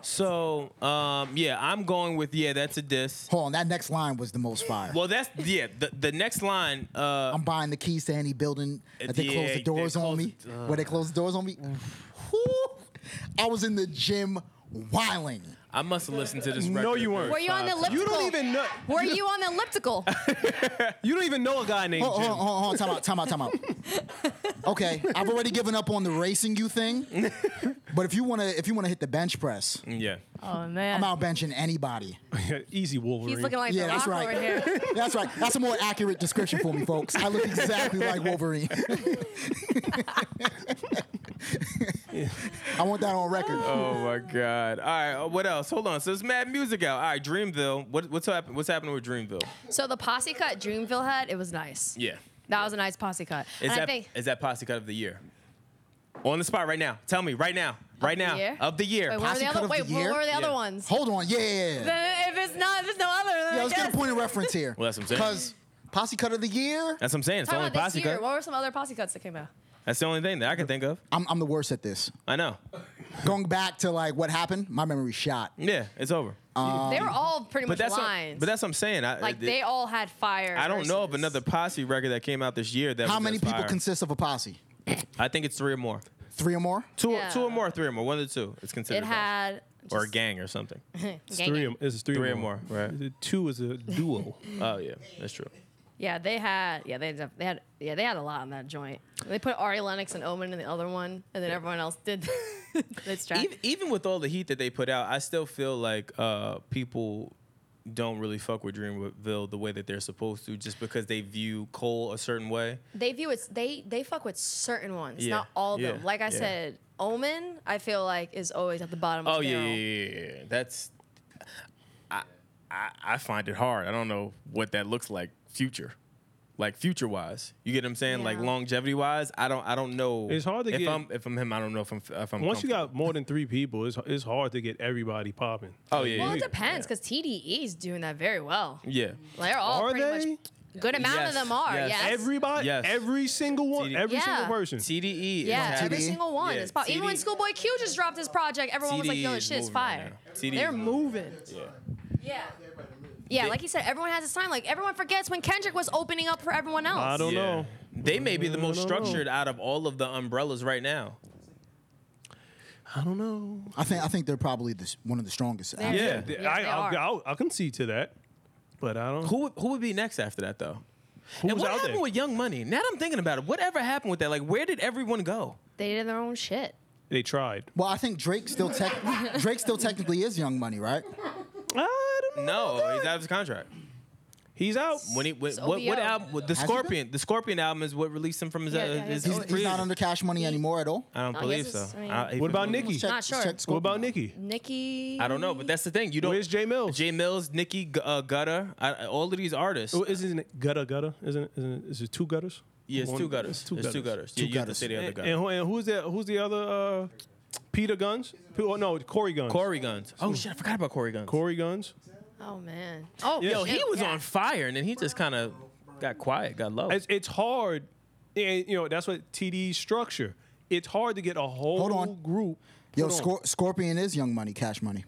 D: So um, yeah, I'm going with yeah. That's a diss.
E: Hold on, that next line was the most fire.
D: Well, that's yeah. The, the next line, uh,
E: I'm buying the keys to any building that they
D: Yeah,
E: close
D: they
E: the doors on
D: close
E: me.
D: it-
E: where they close the doors on me. I was in the gym whiling.
D: I must have listened to this. Record
C: No, you weren't.
A: Were you on the
D: five times.
A: elliptical?
C: You don't even know.
A: Were you on the elliptical?
C: You don't even know a guy named
E: Hold,
C: Jim.
E: hold, hold, hold, time out, time
D: *laughs*
E: out, time out. Okay, I've already given up on the racing you thing,
D: *laughs*
E: but if you wanna, if you wanna hit the bench press,
D: Yeah.
A: oh man,
E: I'm out benching anybody.
C: *laughs* Easy Wolverine.
A: he's looking like
E: Yeah,
A: the
E: that's
A: rock
E: right.
A: over here.
E: That's right. That's a more accurate description for me, folks. I look exactly like Wolverine. *laughs* I want that on record.
D: Oh my God. All right. uh, What else? Hold on. So it's Mad Music out. All right. Dreamville. What, what's happen- What's happening with Dreamville?
A: So the posse cut Dreamville had, it was nice.
D: Yeah.
A: That was a nice posse cut. and
D: Is that
A: I think
D: is that posse cut of the year? On the spot right now. Tell me right now. Right
A: the
D: now.
A: year?
D: Of the year.
A: Wait, what were
E: Posse
A: the
E: cut
A: other?
E: of the
A: Wait, what
E: year?
A: were the other
D: Yeah.
A: ones?
E: Hold on, yeah, yeah, yeah.
A: Then if it's not, if it's no other. then
E: Yeah, let's get
A: yes.
E: a point of reference here.
D: Well, that's what I'm saying.
E: Because posse cut of the year,
D: That's what I'm saying. It's the
A: Talking
D: only
A: about this
D: posse
A: year,
D: cut.
A: What were some other posse cuts that came out?
D: That's the only thing that I can think of.
E: I'm, I'm the worst at this.
D: I know.
E: Going back to like what happened, my memory's shot.
D: Yeah. It's over.
A: they were all pretty
D: but
A: much
D: that's
A: Um, lines.
D: What, but that's what I'm saying. I,
A: like they all had fire.
D: I don't know of
A: verses.
D: another posse record that came out this year that
E: How
D: was
E: many
D: as
E: people
D: fire.
E: consist of a posse?
D: I think it's three or more.
E: Three or more?
D: Two,
A: Yeah.
D: two or more, three or more. One of the two. It's considered.
A: It
D: a posse.
A: had
D: or a
A: just
D: gang
A: *laughs*
D: or something.
C: It's
A: gang-
C: three. It's three,
D: Three
C: or
D: or
C: more.
D: more, right.
C: The Two is a duo.
D: oh yeah, that's true.
A: Yeah, they had. Yeah, they def- they had. Yeah, they had a lot on that joint. They put Ari Lennox and Omen in the other one, and then everyone else did. *laughs* this track.
D: Even, even with all the heat that they put out, I still feel like uh, people don't really fuck with Dreamville the way that they're supposed to, just because they view Cole a certain way.
A: they view it. They they fuck with certain ones,
D: Yeah,
A: not all of them.
D: yeah,
A: Like I
D: yeah.
A: said, Omen, I feel like is always at the bottom.
D: Oh
A: of the
D: yeah,
A: barrel.
D: yeah, yeah, yeah, yeah. That's I, I I find it hard. I don't know what that looks like future. Like future wise, you get what I'm saying. Like
A: Yeah.
D: longevity wise, I don't, I don't know.
C: It's hard to
D: if
C: get-
D: I'm, if I'm him, I don't know if I'm, if I'm.
C: Once you
D: comfortable.
C: got more than three people, it's it's hard to get everybody popping.
D: oh yeah,
A: Well,
D: yeah,
A: it depends because TDE is doing that very well.
D: yeah.
A: They're all
C: Are
A: pretty
C: they?
A: much good amount
D: Yes,
A: of them are.
D: yes.
A: Yes.
C: Everybody,
D: Yes.
C: every single one,
D: TD.
C: every
A: Yeah.
C: single person.
D: TDE. E is
A: yeah,
D: having-
A: every single one
D: Yeah,
A: is pop. Even when
D: TDE
A: Schoolboy Q just dropped his project, everyone was like,
D: TDE
A: "Yo,
D: is
A: this shit's
D: moving right
A: fire."
D: now. TDE
A: They're
D: is
A: moving.
D: Yeah.
A: Yeah. Yeah, like he said, everyone has his time. Like everyone forgets when Kendrick was opening up for everyone else.
C: I don't
D: Yeah.
C: know.
D: They may be the most
C: don't know.
D: structured out of all of the umbrellas right now.
C: I don't know.
E: I think I think they're probably the, s- one of the strongest.
A: They're-
D: Yeah.
C: Th-
A: Yeah,
C: I,
A: they
C: I'll,
A: are.
C: I'll, I'll concede to that, but I don't.
D: Who would- who would be next after that though?
C: Who
D: and
C: was
D: what
C: out
D: happened
C: there?
D: with Young Money? Now that I'm thinking about it, whatever happened with that? Like, where did everyone go?
A: They did their own shit.
C: They tried.
E: Well, I think Drake
A: *laughs*
E: still tech Drake still technically is Young Money, right?
C: I don't know.
D: No, he's out of his contract.
C: He's out.
D: When he when,
A: It's
D: what, what
A: OVO.
D: album? what- the
E: Has he been?
D: Scorpion. The Scorpion album is what released him from his.
A: Yeah,
D: uh,
A: yeah, yeah,
D: his,
A: yeah.
D: his
E: He's not
D: career.
E: under cash money anymore at all.
D: I don't
A: I
D: believe
A: guess
D: so.
A: it's- I mean-
D: I-
C: What about
D: if-
C: Nicki?
E: Check-
A: Not sure.
E: check
C: What
E: Scorpio.
C: about Nicki?
A: Nikki.
D: I don't know, but that's the thing. You don't.
C: Where's J Mills?
D: J Mills, Nicki, G- uh, Gutter, I, I- all of these artists.
C: Oh, isn't it gutter gutter? Isn't it, isn't it, is it two gutters?
D: Yeah, it's
C: One-
D: two gutters.
C: it's two
D: It's two gutters.
C: gutters.
D: Yeah,
E: Two
D: you have to
E: gutters.
D: say the other
C: And,
D: gutter.
C: and who, and who's that? Who's the other? Uh, Peter Guns? Pe- Oh no, Corey Guns.
D: Corey Guns. Oh shit, I forgot about Corey Guns.
C: Corey Guns.
A: Oh man. Oh,
C: Yo,
D: Yo, he
A: shit,
D: was
A: yeah.
D: on fire, and then he just kind of got quiet, got low.
C: It's, it's hard, and you know that's what TD's structure. It's hard to get a whole
E: Hold on.
C: group.
E: Yo,
C: put on.
E: Scor- Scorpion is Young Money, Cash Money.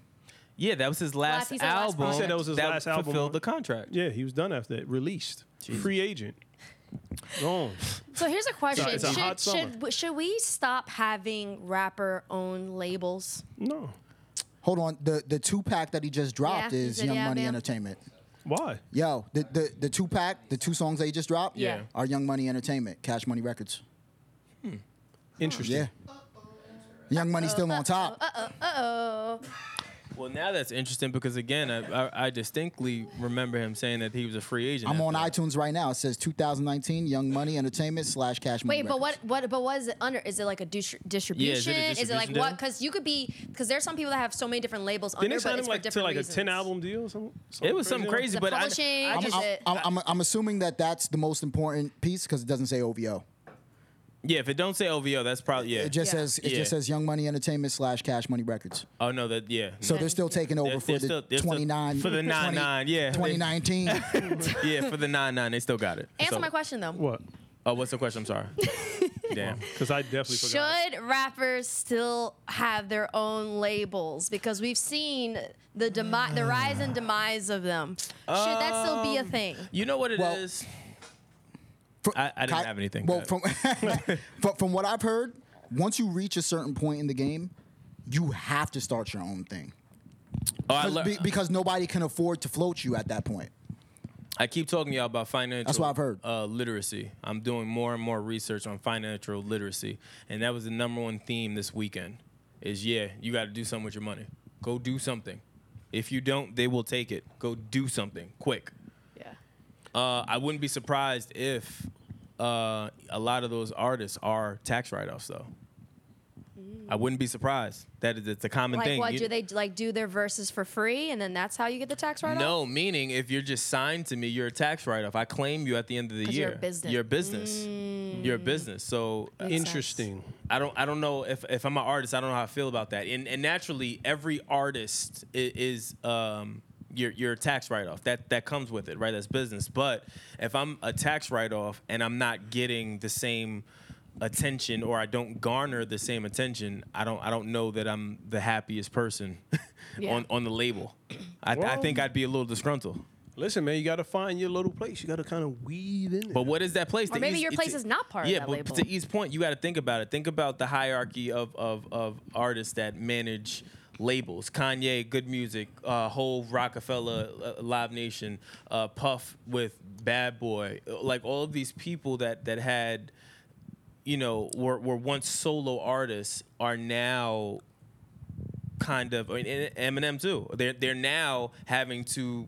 D: Yeah, that was his last,
A: he said last
D: album.
A: project. He said
C: that was his last album,
D: fulfilled
C: huh?
D: the contract.
C: Yeah, he was done after that. Released, free agent. Gone.
A: So here's a question:
C: It's a- it's a
A: should,
C: hot summer.
A: should w- should we stop having rapper own labels?
C: No.
E: Hold on, the the two pack that he just dropped
A: Yeah, he
E: is
A: said,
E: Young
A: yeah,
E: Money
A: man.
E: Entertainment.
C: Why?
E: Yo, the the the two pack, the two songs they just dropped,
A: Yeah.
E: are Young Money Entertainment, Cash Money Records.
C: Interesting.
E: Yeah, Young Money still on top.
A: Oh,
D: Well, now that's interesting because again, I, I, I distinctly remember him saying that he was a free agent.
E: I'm
D: after
E: on
D: that.
E: iTunes right now. It says 2019 Young Money Entertainment slash Cash Money.
A: wait, but what
E: Records.
A: what but what is it under? Is it like a distri-
D: Yeah,
A: distribution?
D: is it a
A: like
D: distribution
A: what?
D: deal?
A: Because you could be because there's some people that have so many different labels
C: Didn't
A: under,
C: it
A: but
C: sound
A: it's
C: like
A: for
C: to
A: different
C: like
A: reasons.
C: a ten album deal? Or something,
D: It was something
C: like that?
D: crazy,
A: The
D: but I,
A: publishing,
D: I
A: is
D: just,
E: I'm,
A: it-
E: I'm, I'm, I'm assuming that that's the most important piece because it doesn't say OVO.
D: yeah, if it don't say OVO, that's probably yeah.
E: It just
A: Yeah.
E: says it
D: Yeah.
E: just says Young Money Entertainment slash Cash Money Records.
D: oh no, that yeah.
E: So they're still taking over
D: They're-
E: for
D: they're
E: the
D: still- they're still-
E: 29
D: for the
E: 20
D: 99,
E: *laughs*
D: yeah. *laughs*
E: 2019.
D: yeah, for the nine nine, they still got it.
A: Answer
D: So-
A: my question though.
C: What?
D: Oh, what's the question?
A: *laughs*
D: I'm sorry. Damn.
C: Because I definitely forgot.
A: Should rappers still have their own labels? Because we've seen the demi- the rise and demise of them. Should that still
D: Um,
A: be a thing?
D: You know what it is?
E: Well- Fr-
D: I- I didn't
E: Ki-
D: have anything
E: Well,
D: good.
E: from, from *laughs* from what I've heard, once you reach a certain point in the game, you have to start your own thing
D: Oh, I, lear-
E: Be- because nobody can afford to float you at that point.
D: I keep talking to y'all about financial.
E: That's what I've heard.
D: Uh, literacy. I'm doing more and more research on financial literacy, and that was the number one theme this weekend. Is yeah, you got to do something with your money. Go do something. If you don't, they will take it. Go do something quick.
A: Yeah.
D: Uh, I wouldn't be surprised if uh, a lot of those artists are tax write-offs, though. I wouldn't be surprised. That is, it's a common
A: Like
D: thing.
A: what
D: You-
A: do they like do their verses for free and then that's how you get the tax write off?
D: No, meaning if you're just signed to me, you're a tax write-off. I claim you at the end of the
A: 'Cause
D: year.
A: you're a business. Mm.
D: You're a business. You're a business. So uh,
A: sense.
C: Interesting.
D: I don't. I don't know if, if I'm an artist. I don't know how I feel about that. And and naturally, every artist is, is um your your tax write-off. That that comes with it, right? That's business. But if I'm a tax write-off and I'm not getting the same attention or I don't garner the same attention, I don't I don't know that I'm the happiest person *laughs*
A: Yeah.
D: on on the label. I, I
C: Well-
D: think I'd be a little disgruntled.
C: Listen, man, you got to find your little place. You got to kind of weave in.
D: But what is that place?
A: Or
D: To
A: maybe your
D: to-
A: place is not part of
D: yeah,
A: that
D: but
A: label.
D: to E's point, you got to think about it. Think about the hierarchy of of of artists that manage labels. Kanye, Good Music, uh, whole Rockefeller, uh, Live Nation, uh, Puff with Bad Boy, Uh, like all of these people that that had, you know, were were once solo artists are now kind of and and Eminem too. They're they're now having to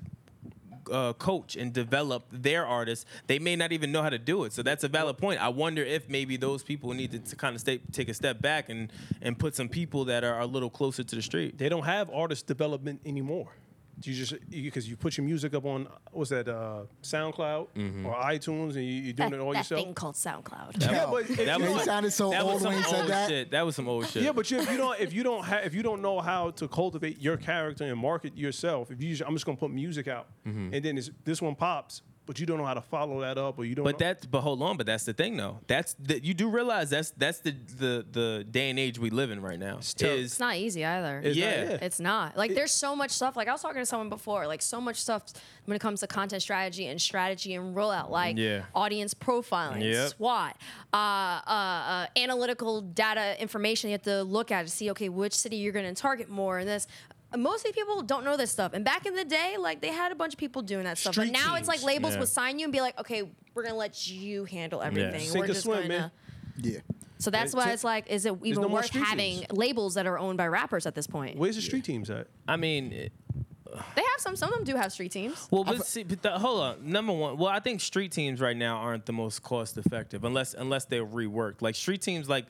D: uh, coach and develop their artists. They may not even know how to do it. So that's a valid point. I wonder if maybe those people need to, kind of stay, take a step back and and put some people that are a little closer to the street.
C: they don't have artist development anymore. You just because you, put your music up on what's that uh, SoundCloud or iTunes, and you, you're doing
A: That,
C: it all
A: Mm-hmm. that
C: yourself.
A: thing called SoundCloud.
E: *laughs*
C: yeah,
E: Yo,
C: but if you
E: he
C: don't-
D: like-
E: sounded so
D: that was
E: old
D: some
E: when he said
D: old
E: that.
D: Shit. That was some old shit.
C: Yeah, but you, if you don't, if you don't have, if you don't know how to cultivate your character and market yourself, if you, just, I'm just gonna put music out, and then it's, this one pops, but you don't know how to follow that up, or you don't.
D: But
C: know,
D: that's but hold on, but that's the thing though. That's the, you do realize that's that's the, the the day and age we live in right now.
C: terrible.
D: is
A: It's not easy either.
D: yeah. *laughs*
A: It's not. Like there's so much stuff. Like I was talking to someone before, like so much stuff when it comes to content strategy and strategy and rollout, like
D: Yeah.
A: audience profiling,
D: Yep.
A: SWOT, uh, uh, uh, analytical data information you have to look at to see, okay, which city you're going to target more and this. Mostly people don't know this stuff. And back in the day, like they had a bunch of people doing that stuff.
C: Street
A: but now it's like
C: teams.
A: labels
D: Yeah.
A: would sign you and be like, okay, we're going to let you handle everything.
C: Sink
A: We're
C: or
A: just
C: swim,
A: going to.
C: man.
E: Yeah.
A: So that's
C: Right.
A: why it's like, is it even
C: no more
A: worth
C: street
A: having
C: teams.
A: labels that are owned by rappers at this point?
C: where's the street teams at?
D: I mean, it-
A: They have some. Some of them do have street teams.
D: Well, but see, but the, hold on. Number one, well, I think street teams right now aren't the most cost effective unless unless they're reworked. Like street teams, like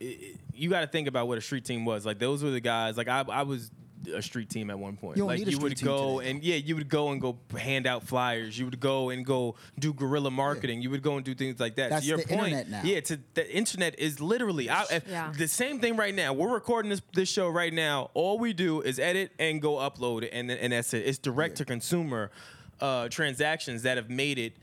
D: i- i- you got to think about what a street team was. Like those were the guys. Like I, I was a street team at one point.
E: You don't
D: like
E: need a
D: you
E: street
D: would
E: team
D: go
E: today.
D: and yeah, you would go and go hand out flyers. You would go and go do guerrilla marketing. You would go and do things like that.
E: That's
D: to your
E: the
D: point,
E: internet now.
D: yeah, to the internet is literally I, if-
A: Yeah.
D: the same thing right now. We're recording this this show right now. All we do is edit and go upload it, and and that's it. It's direct to consumer uh, transactions that have made it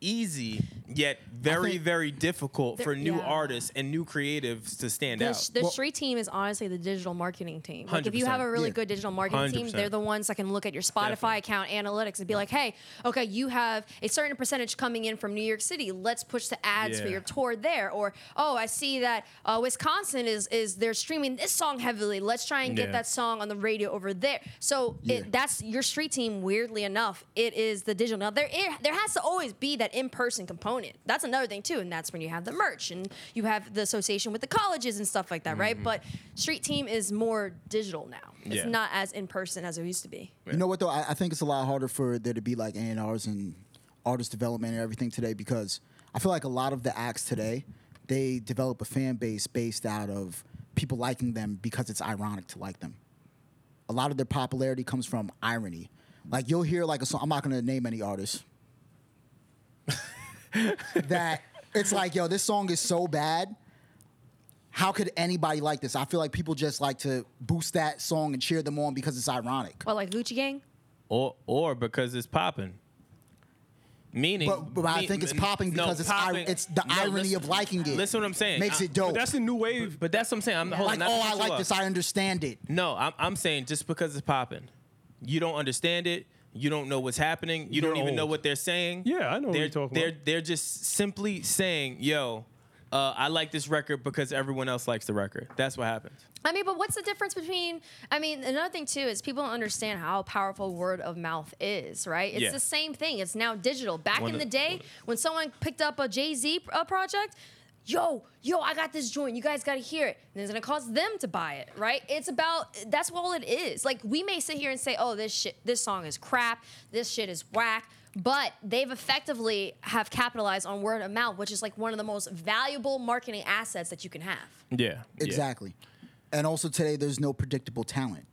D: easy yet very
E: think-
D: very difficult for new
A: yeah.
D: artists and new creatives to stand
A: The,
D: out.
A: sh- the
E: Well-
A: street team is honestly the digital marketing team. Like if you
D: 100%.
A: have a really
E: Yeah.
A: good digital marketing team,
D: 100%.
A: they're the ones that can look at your Spotify account analytics and be like, "Hey, okay, you have a certain percentage coming in from New York City. Let's push the ads for
D: Yeah.
A: your tour there." Or, "Oh, I see that uh, Wisconsin is is they're streaming this song heavily. Let's try and get
D: Yeah.
A: that song on the radio over there." So
E: Yeah.
A: it, that's your street team. Weirdly enough, it is the digital. Now there it, there has to always be that in person component. That's another thing too, and that's when you have the merch and you have the association with the colleges and stuff like that, right? But street team is more digital now. It's
D: Yeah.
A: not as in person as it used to be.
E: You know what though? I, I think it's a lot harder for there to be like A and R's and artist development and everything today because I feel like a lot of the acts today they develop a fan base based out of people liking them because it's ironic to like them. A lot of their popularity comes from irony. Like you'll hear like a song. I'm not gonna name any artists. that it's like yo, this song is so bad. How could anybody like this? I feel like people just like to boost that song and cheer them on because it's ironic.
A: Well, like Gucci Gang.
D: or or because it's popping. Meaning,
E: But, but I
D: me-
E: think it's
D: m-
E: popping
D: no,
E: because it's
D: popping-
E: ir- it's the
D: no,
E: irony
D: listen-
E: of liking it.
D: Listen what I'm saying.
E: Makes
D: I-
E: it dope.
C: But that's the new wave.
D: But that's what I'm saying. I'm hold on,
E: like,
D: not to
E: oh,
D: cut
E: I
D: you
E: like
D: off.
E: this. I understand it.
D: No, I'm, I'm saying just because it's popping, you don't understand it. You don't know what's happening. You don't
C: You're
D: even know
C: old.
D: what they're saying.
C: Yeah, I know what
D: they're,
C: you're talking
D: they're,
C: about.
D: They're just simply saying, yo, uh, I like this record because everyone else likes the record. That's what happens.
A: I mean, but what's the difference between? I mean, another thing too is people don't understand how powerful word of mouth is, right? It's
D: Yeah.
A: the same thing. It's now digital. Back
D: One
A: in
D: of-
A: the day, when someone picked up a Jay Z uh, project, yo, yo, I got this joint. You guys got to hear it. And it's gonna cause them to buy it, right? It's about that's all it is. Like we may sit here and say, oh, this shit, this song is crap. This shit is whack. But they've effectively have capitalized on word of mouth, which is like one of the most valuable marketing assets that you can have.
D: Yeah.
E: Exactly. And also today, there's no predictable talent.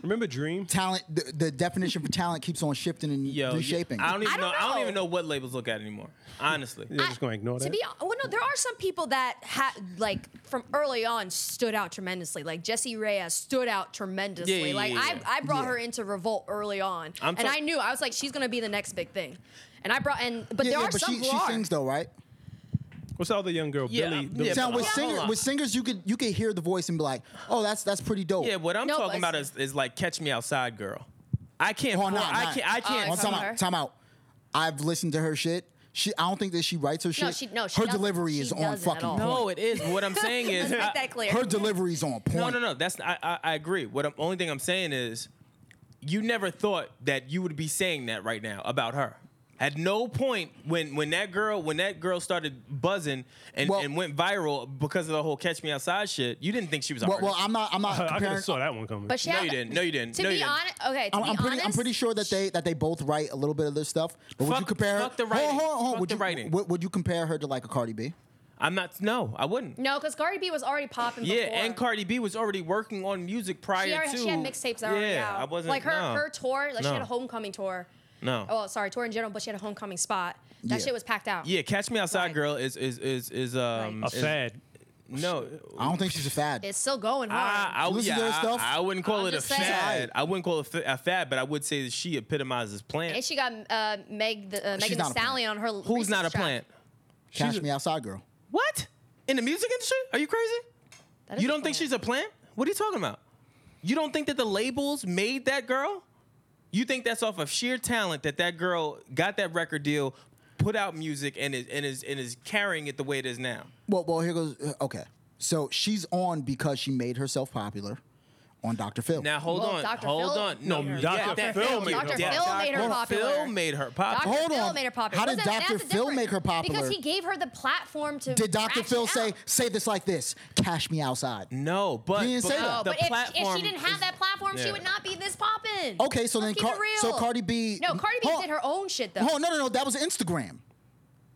C: Remember Dream?
E: Talent. The, the definition for talent keeps on shifting and
D: Yo,
E: reshaping.
D: I don't even
A: I
D: know,
A: don't
D: I don't
A: know.
D: even know what labels look at anymore. Honestly.
C: They're just gonna ignore
A: To
C: that.
A: be well, no, there are some people that ha- like from early on stood out tremendously. Like Jessie Reyes stood out tremendously.
D: Yeah, yeah,
A: like
D: yeah, yeah.
A: I, I brought her into Revolt early on,
D: I'm
A: and
D: talk-
A: I knew I was like she's gonna be the next big thing. And I brought and but there are
E: but
A: some
E: she,
A: who
E: she
A: are.
E: sings though, right?
C: What's the other young girl?
D: Yeah,
C: Billy.
D: yeah,
C: Billie-
D: but-
E: Now, with,
D: hold
E: singer,
D: on.
E: with singers, you could you could hear the voice and be like, oh, that's that's pretty dope.
D: Yeah, what I'm
A: No,
D: talking
A: but-
D: about is, is like Catch Me Outside Girl. I can't.
E: Oh,
D: Oh,
E: nah, nah.
D: I can't. I can't.
A: Oh,
E: On
A: it's-
E: time
A: her.
E: out, time out. I've listened to her shit. She, I don't think that she writes her shit.
A: she- no, she
E: her
A: doesn't.
E: delivery
A: She
E: is on
A: doesn't at
E: fucking
A: all.
E: point.
D: no, it is. What I'm
A: *laughs*
D: saying *laughs* is.
A: Make
D: I-
A: that clear.
E: Her delivery is on point.
D: No, no, no. That's I, I, I agree. What I'm only thing I'm saying is, you never thought that you would be saying that right now about her. At no point when when that girl when that girl started buzzing and,
E: Well-
D: and went viral because of the whole catch me outside shit, you didn't think she was a
E: Well, well,
D: artist.
E: I'm not. I'm
D: *laughs*
E: not.
C: I could
E: comparing-
C: have saw that one coming.
A: but she
D: No,
A: had-
D: you didn't. No, you didn't.
A: To
D: No,
A: be
D: you didn't.
A: honest, okay. To
E: I'm,
A: be
E: I'm pretty, I'm
A: honest,
E: pretty sure that they that they both write a little bit of their stuff. But would you
D: Fuck-
E: compare?
D: fuck the
E: Hold on,
D: writing.
E: hold on, hold on.
D: Fuck
E: would
D: the
E: you,
D: writing.
E: Would, would you compare her to like a Cardi B?
D: I'm not. No, I wouldn't.
A: No, because Cardi B was already popping.
D: Yeah,
A: before.
D: and Cardi B was already working on music prior
A: She, already,
D: to.
A: she had mixtapes already
D: yeah,
A: out.
D: I wasn't
A: like her
D: no.
A: her tour. Like she
D: No.
A: had a homecoming tour.
D: No.
A: Oh, sorry, tour in general, but she had a homecoming spot. That
E: Yeah.
A: shit was packed out.
D: Yeah, catch me outside,
A: Right.
D: girl. Is is is is um
C: a
D: is-
C: fad.
D: No,
E: I don't think she's a fad.
A: It's still going hard.
D: I, I,
E: Lucy
D: yeah,
E: Doe
D: I-
E: stuff?
D: I wouldn't call
A: I'm
D: it a
A: just saying.
D: fad. I wouldn't call it fa- a fad, but I would say that she epitomizes plant.
A: And she got uh, Meg the, uh, Megan
E: not
A: Thee
E: a plant.
A: Stallion on her.
D: Who's
A: recent
D: not a
A: track.
D: plant?
E: Cash
C: she's a-
E: me outside, girl.
D: What? In the music industry? Are you crazy?
A: That is
D: You
A: a
D: don't
A: plant.
D: think she's a plant? What are you talking about? You don't think that the labels made that girl? You think that's off of sheer talent that that girl got that record deal, put out music, and is and is and is carrying it the way it is now?
E: Well, well, here goes. uh, Okay, so she's on because she made herself popular. on Dr. Phil.
D: Now hold
A: Well,
D: on,
A: Dr.
D: hold
A: Phil-
D: on.
C: No, Dr. Phil made her
A: Dr.
C: popular.
A: Phil made her
D: Dr.
A: popular.
D: Phil made her
A: Dr.
D: popular.
E: Hold
A: Phil
E: on.
A: made her popular.
E: How did
A: Wasn't- that's the
E: Dr. Phil
A: difference.
E: make her popular?
A: Because he gave her the platform to.
E: Did Dr.
A: thrash
E: Phil
A: it
E: say
A: out.
E: say this like this? Cash me outside.
D: No, but
E: He didn't
D: but
E: say
D: the-
E: that.
A: No,
D: the
A: but if, if
D: platform
A: she didn't have
D: is-
A: that platform, she
D: Yeah.
A: would not be this poppin'.
E: Okay, so
A: Let's
E: then
A: keep
E: Car-
A: it real.
E: so Cardi B-
A: No, Cardi B
E: Hold-
A: did her own shit though.
E: Oh no no no, that was Instagram.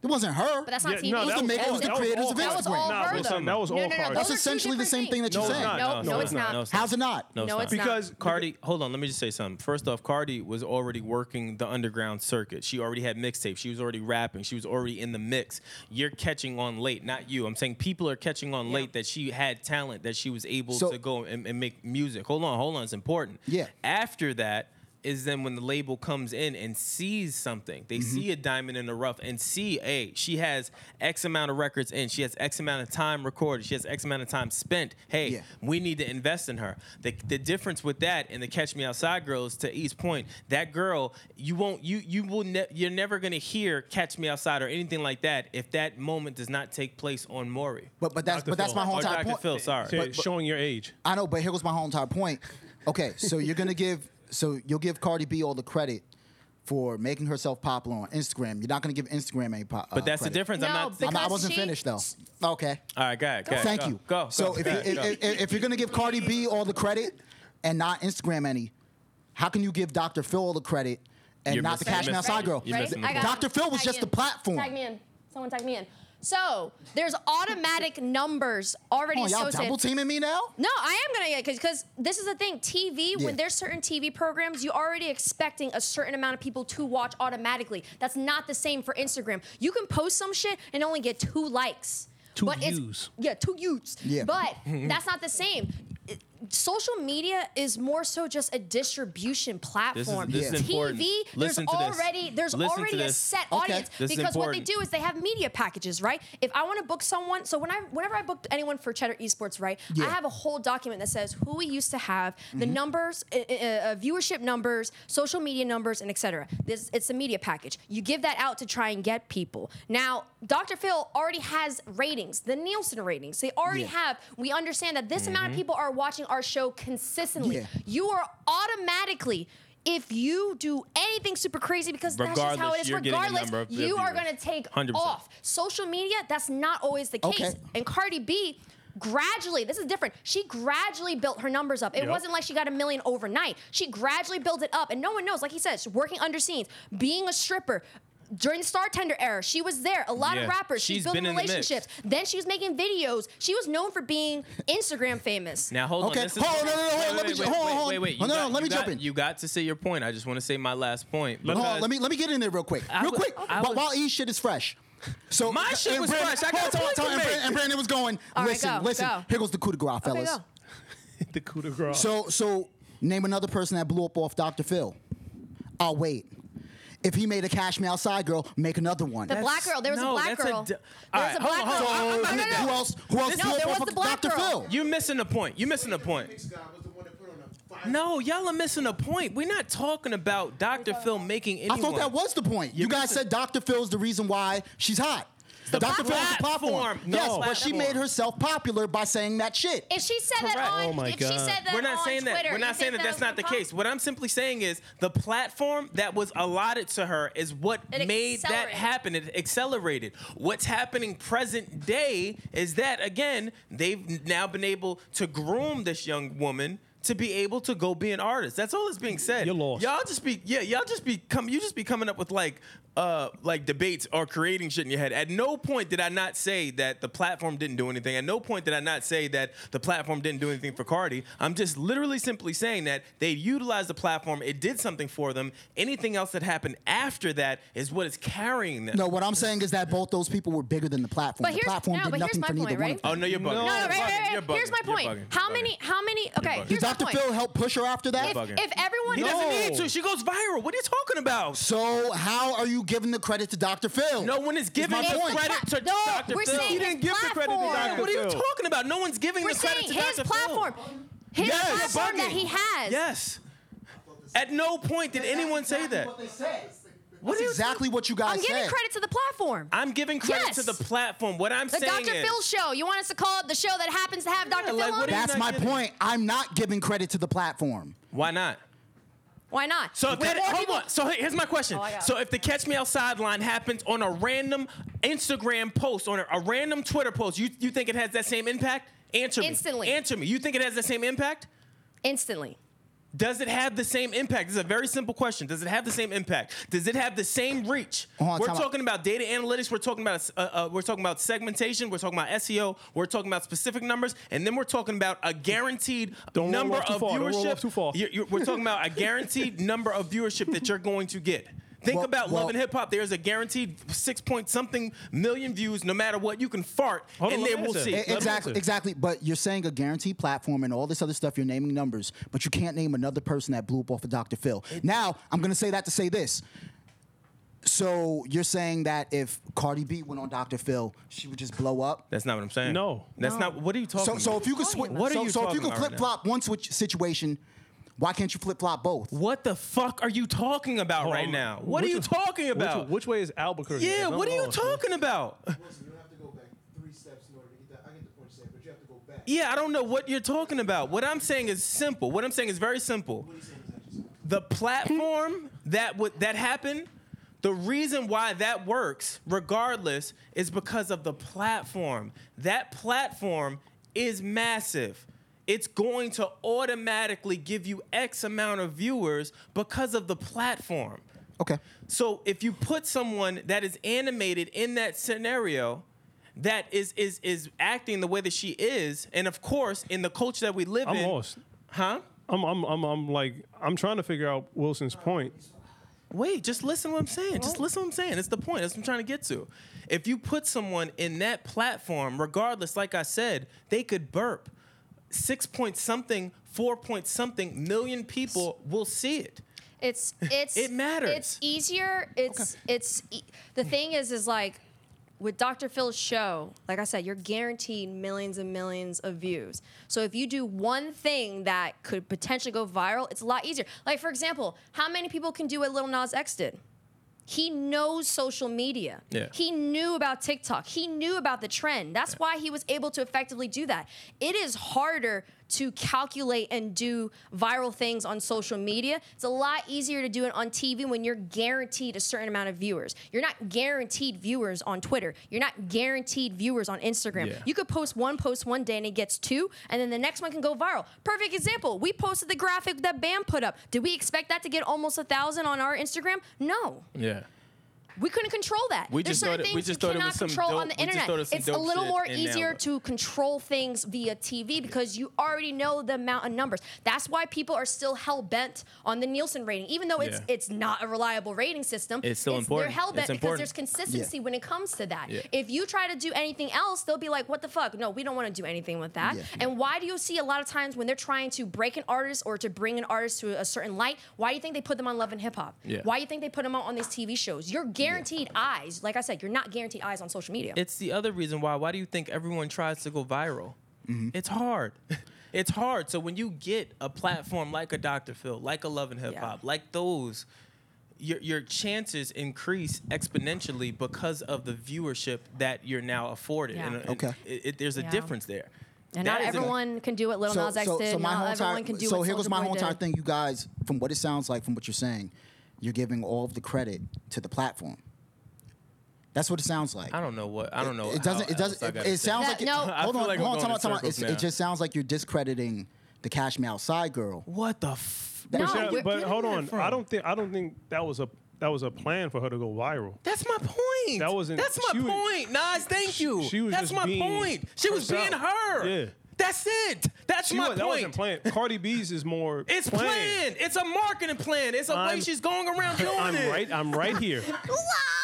E: It wasn't her.
A: But that's not TV.
C: no,
E: It was
C: that
E: the makers,
C: that
E: the
C: was all
E: creators of
C: Cardi.
A: That was all
E: Instagram.
C: Nah,
A: her
C: Wilson,
A: though.
C: that was all
A: no, no, no,
C: Cardi.
A: those
E: That's
A: are two
E: essentially the
A: different
E: same thing that you
A: things.
C: said. No, it's
A: No,
C: not. No,
A: no,
C: it's
A: it's
C: not.
D: No,
A: not.
D: it's
E: How's it not?
D: No,
A: No, it's not.
C: Because
D: Cardi, hold on. Let me just say something. First off, Cardi was already working the underground circuit. She already had mixtapes. She was already rapping. She was already in the mix. You're catching on late, not you. I'm saying people are catching on late that she had talent that she was able
E: So-
D: to go and, and make music. Hold on, hold on. It's important.
E: Yeah.
D: After that. Is then when the label comes in and sees something, they
E: Mm-hmm.
D: see a diamond in the rough and see, hey, she has X amount of records in, she has X amount of time recorded, she has X amount of time spent. Hey,
E: Yeah.
D: we need to invest in her. The, the difference with that and the Catch Me Outside girls to East Point, that girl, you won't, you you will, ne- you're never gonna hear Catch Me Outside or anything like that if that moment does not take place on Maury.
E: But but that's
C: Dr.
E: but that's my
C: Phil.
E: whole
D: Or
E: entire
D: Dr.
E: point.
D: Phil, sorry.
C: Say- showing your age.
E: I know, but here goes my whole entire point. Okay, so you're gonna give so you'll give Cardi B all the credit for making herself popular on Instagram. You're not gonna give Instagram any pop.
D: But that's the difference. I'm
A: No,
D: not.
E: I'm, I
A: because
E: was not
A: she-
E: finished though. Okay.
D: all right, go ahead. go ahead,
E: Thank
D: go,
E: you.
D: Go.
E: So
D: go,
E: if,
D: go
E: you,
D: ahead, go.
E: if, if, if you're gonna give Cardi B all the credit and not Instagram any, how can you give Dr. Phil all the credit and
D: You're
E: not the
D: missing-
E: Cash Me
D: you're
E: Outside
D: missing-
E: girl?
D: you're missing the
A: I got
E: Dr.
A: it.
E: Phil was
A: Tag
E: just
A: me
E: the
A: in.
E: platform.
A: Tag me in. Someone tag me in. So there's automatic numbers already
E: Come on, Oh, y'all
A: associated.
E: double teaming me now?
A: No, I am gonna get because this is the thing. TV,
E: Yeah.
A: when there's certain TV programs, you're already expecting a certain amount of people to watch automatically. That's not the same for Instagram. You can post some shit and only get two likes.
C: Two
A: but it's-
C: views.
A: yeah, two views.
E: Yeah. *laughs* Mm-hmm.
A: But that's not the same. It- Social media is more so just a distribution platform.
D: this is
E: Yeah.
D: important.
A: TV,
D: Listen to
A: there's
D: this.
A: already there's
D: Listen to
A: already a
D: this.
A: set
E: Okay.
A: audience
D: This is
A: because what they
D: important.
A: do is they have media packages, right? If I want to book someone, so when I whenever I booked anyone for Cheddar Esports, right, I have a whole document that says who we used to have, the numbers, uh, uh, uh, viewership numbers, social media numbers, and etc. This it's a media package. You give that out to try and get people. Now, Dr. Phil already has ratings, the Nielsen ratings. They already have. We understand that this amount of people are watching our show consistently.
E: Yeah.
A: You are automatically. If you do anything super crazy, because that's just how it
D: Regardless,
A: is.
D: you're getting a
A: Regardless,
D: number of
A: you are
D: viewers.
A: going to take
D: 100%.
A: off. Social media, that's not always the case.
E: Okay.
A: And Cardi B gradually, this is different. She gradually built her numbers up. It
C: Yep.
A: wasn't like she got a million overnight. She gradually built it up. And no one knows, like he says, working under scenes, being a stripper. During the Star Tender era, she was there. A lot
D: Yeah.
A: of rappers. She's,
D: She's
A: building
D: been in the mix.
A: relationships. then she was making videos. She was known for being Instagram famous.
D: Now hold
E: Okay.
D: on. This is-
E: Hold on, no, no, no, wait, let me ju- hold on, hold on.
D: Wait, wait,
E: No,
D: you
E: no,
D: got-
E: no, let
D: you
E: me
D: got-
E: jump in.
D: You got to say your point. I just want to say my last point.
C: Look,
E: Hold on,
D: because-
E: let me let me get in there real quick.
D: I
E: real
D: was-
E: quick.
D: I
E: while,
D: was-
E: while E's shit is fresh. So
D: My shit
E: and
D: was
E: Brandon-
D: fresh. I got
E: hold on,
D: a point
E: hold on,
D: to
E: and,
D: make.
E: Brandon, and Brandon was going.
A: All right,
E: listen,
A: go,
E: listen.
A: go.
E: Here goes the coup de grace, fellas.
A: go.
C: *laughs* The coup de grace.
E: So so name another person that blew up off Dr. Phil. I'll wait. If he made a Cash Me Outside girl, make another one.
A: The black girl. There was
D: no,
A: a black
D: that's a
A: girl.
D: di-
A: there was
D: Alright,
A: a black
D: hold on,
A: girl.
D: hold
A: Oh,
D: on,
A: no, no, no.
E: Who else? Who else
A: No, there
E: blew up
A: was
E: off
A: the
E: of
A: black
E: Dr.
A: girl.
E: Phil?
D: You're missing a point. You're missing a point. No, y'all are missing a point. We're not talking about Dr. Phil making anyone.
E: I thought that was the point. You
D: You're
E: guys
D: missing-
E: said Dr. Phil's the reason why she's hot. Dr. Phil is the platform.
D: platform. No.
E: Yes, but she
D: Platform.
E: made herself popular by saying that shit.
A: If she said that
D: Correct.
A: on,
C: Oh my
A: if she
C: God.
A: said that
D: We're not
A: on
D: saying
A: Twitter,
D: that. We're
A: you
D: not saying
A: think
D: that. That's
A: was
D: not the
A: gonna
D: case.
A: pop?
D: What I'm simply saying is the platform that was allotted to her is what
A: It
D: made that
A: accelerated.
D: happen. It accelerated. What's happening present day is that again they've now been able to groom this young woman. To be able to go be an artist, that's all that's being said.
C: You're lost.
D: Y'all just be, yeah, y'all just be come. You just be coming up with like, uh, like debates or creating shit in your head. At no point did I not say that the platform didn't do anything. At no point did I not say that the platform didn't do anything for Cardi. I'm just literally simply saying that they utilized the platform. It did something for them. Anything else that happened after that is what is carrying them.
E: No, what I'm saying is that both those people were bigger than the platform.
A: But
E: the
A: here's-
E: platform
A: no,
E: did
A: but here's
E: nothing
A: my
E: for neither
A: point,
E: one
A: right?
E: of them.
D: Oh no, you're bugging.
C: No,
A: No, no,
C: You're
A: right, right,
D: You're
A: right.
D: bugging.
A: Here's my
D: You're
A: point.
D: bugging.
A: How
D: You're
A: many?
D: bugging.
A: How many? Okay,
E: Did
A: here's my
E: Dr.
A: point.
E: Phil help push her after that?
A: If,
D: bugging.
A: if everyone,
D: He doesn't
E: No.
D: need to. She goes viral. What are you talking about?
E: So how are you giving the credit to Dr. Phil?
D: No one is giving
E: my
D: the
E: point.
D: credit to
A: No,
D: Dr.
A: we're
D: Phil.
A: saying
D: He
A: his
D: didn't give the credit to
A: platform.
D: Dr. What are you
C: Phil.
D: talking about? No one's giving
A: we're
D: the credit
A: saying
D: to
A: his
D: Dr.
A: platform,
D: Phil.
A: his
D: Yes.
A: platform that
D: Bugging.
A: he has.
D: Yes. At no point did anyone say that.
E: That's exactly what you guys
A: I'm giving
E: said.
A: credit to the platform.
D: I'm giving credit
A: Yes.
D: to the platform. What I'm
A: the
D: saying
A: Dr.
D: is,
A: Phil show. You want us to call it the show that happens to have Dr.
D: like,
A: Phil on?
D: what
A: it?
D: is-
E: That's
D: You're
E: my
D: not giving-
E: point. I'm not giving credit to the platform.
D: why not?
A: Why not?
D: So if
A: With
D: that,
A: more
D: hold
A: people-
D: on. So hey, here's my question.
A: Oh, I got it.
D: so if the catch me outside line happens on a random Instagram post, on a, a random Twitter post, you you think it has that same impact? Answer me.
A: Instantly.
D: Answer me. You think it has the same impact?
A: Instantly.
D: Does it have the same impact? This is a very simple question. Does it have the same impact? Does it have the same reach?
E: Hold on,
D: we're
E: time out.
D: talking about data analytics. We're talking about uh, uh, we're talking about segmentation. We're talking about SEO. We're talking about specific numbers, and then we're talking about a guaranteed
C: Don't roll
D: number
C: up too
D: of
C: far. Don't
D: viewership.
C: roll up too far.
D: You're- you're- we're talking about a guaranteed
C: *laughs*
D: number of viewership that you're going to get. Think
E: Well-
D: about
E: well-
D: Love and Hip Hop. There's a guaranteed six point something million views, no matter what. You can fart,
C: Hold on,
D: and
C: let
D: they
C: me
D: will
C: ask
D: see.
C: that.
E: E-
C: Let me
E: Exactly,
C: answer.
E: exactly. But you're saying a guaranteed platform and all this other stuff. You're naming numbers, but you can't name another person that blew up off of Dr. Phil. Now I'm gonna say that to say this. So you're saying that if Cardi B went on Dr. Phil, she would just blow up.
D: That's not what I'm saying.
C: No.
D: that's
A: No.
D: not. What are you talking
E: So,
D: about?
E: so if you could
A: What
E: switch,
A: are
D: you
E: so, so if
D: talking
E: you could
D: about right
E: flip flop one switch situation, why can't you flip flop both?
D: What the fuck are you talking about
C: Hold
D: right
C: on.
D: now? What
C: Which-
D: are you talking
C: which-
D: about?
C: Which, way is Albuquerque?
D: yeah,
C: Because I'm
D: what are you
C: lost, man.
D: talking about?
F: Wilson, you have to go back three steps in order to get that. I get the point, Sam, but you have to go back.
D: Yeah, I don't know what you're talking about. What I'm saying is simple. What I'm saying is very simple. The platform that would that happened, the reason why that works, regardless, is because of the platform. That platform is massive. It's going to automatically give you X amount of viewers because of the platform.
E: Okay.
D: So if you put someone that is animated in that scenario, that is is is acting the way that she is, and of course in the culture that we live
C: I'm
D: in,
C: lost.
D: huh?
C: I'm, I'm, I'm, I'm like, I'm trying to figure out Wilson's point.
D: Wait, just listen to what I'm saying. Just listen to what I'm saying. It's the point. That's what I'm trying to get to. If you put someone in that platform, regardless, like I said, they could burp. Six point something, four point something million people will see it.
A: It's it's
D: *laughs* It matters. Hmm.
A: It's easier. It's it's e- the thing is is like with Dr. Phil's show, like I said, you're guaranteed millions and millions of views. So if you do one thing that could potentially go viral, it's a lot easier. Like for example, how many people can do what Lil Nas X did? He knows social media.
D: Yeah.
A: He knew about TikTok. He knew about the trend. That's why he was able to effectively do that. It is harder to calculate and do viral things on social media. It's a lot easier to do it on TV when you're guaranteed a certain amount of viewers. You're not guaranteed viewers on Twitter. You're not guaranteed viewers on Instagram.
D: Yeah.
A: You could post one post one day and it gets two, and then the next one can go viral. Perfect example. We posted the graphic that Bam put up. Did we expect that to get almost a thousand on our Instagram? No.
D: Yeah.
A: We couldn't control that.
D: We
A: There's
D: just
A: certain
D: thought it-
A: things
D: we just
A: you
D: thought it
A: cannot
D: was some
A: control
D: dope-
A: on the
D: we just
A: internet.
D: thought it was some
A: It's a
D: dope
A: little
D: shit
A: more
D: and
A: easier
D: now-
A: to control things via TV because you already know the amount of numbers. That's why people are still hell bent on the Nielsen rating, even though it's
D: Yeah.
A: it's not a reliable rating system.
D: It's still important.
A: They're hell bent
D: It's
A: because
D: important.
A: there's consistency when it comes to that.
D: Yeah.
A: If you try to do anything else, they'll be like, "What the fuck? No, we don't want to do anything with that."
E: Yeah.
A: And why do you see a lot of times when they're trying to break an artist or to bring an artist to a certain light? Why do you think they put them on Love and Hip Hop?
D: Yeah.
A: Why do you think they put them out on these TV shows? You're guaranteed eyes. Like I said, you're not guaranteed eyes on social media.
D: It's the other reason why. Why do you think everyone tries to go viral?
E: Mm-hmm.
D: It's hard. *laughs* It's hard. So when you get a platform like a Dr. Phil, like a Love and Hip
A: Yeah.
D: Hop, like those, your your chances increase exponentially because of the viewership that you're now afforded.
A: Yeah.
D: And- and
E: Okay.
D: it- it- there's a
A: Yeah.
D: difference there.
A: and not
D: That is a-
A: everyone can do what Lil Nas X did. not everyone can do
E: so
A: what
E: here goes
A: Soulja
E: my
A: Boy
E: whole
A: did.
E: entire thing. You guys, from what it sounds like, from what you're saying, you're giving all of the credit to the platform. That's what it sounds like.
D: I don't know what. I don't know.
E: It doesn't.
D: how
E: It
D: else
E: doesn't.
D: I
E: It,
D: gotta
E: it
D: say
E: sounds
A: That-
E: like. It,
A: no. I
E: hold
D: feel
E: on.
D: like we're
E: hold
D: going
E: on. Time
D: in
E: out. Time out.
D: circles
E: It's-
D: now.
E: It just sounds like you're discrediting the Cash Me Outside girl.
D: What the? F-
A: No,
C: But,
A: we're-
C: but
A: we're
C: hold
D: Oh, getting
C: on,
D: it
C: I
D: from?
C: don't think I don't think that was a that was a plan for her to go viral.
D: That's my point.
C: That wasn't-
D: That's my
C: she was-
D: point. Nas, thank you.
C: she was
D: That's
C: just
D: my
C: being
D: point. She was
C: herself.
D: being her.
C: Yeah.
D: That's it. That's
C: She
D: my
C: was,
D: point.
C: that wasn't planned. Cardi B's is more.
D: *laughs* It's planned. It's a marketing plan. It's a way
C: I'm-
D: she's going around doing
C: *laughs* I'm
D: it.
C: right. I'm
D: *laughs*
C: right here.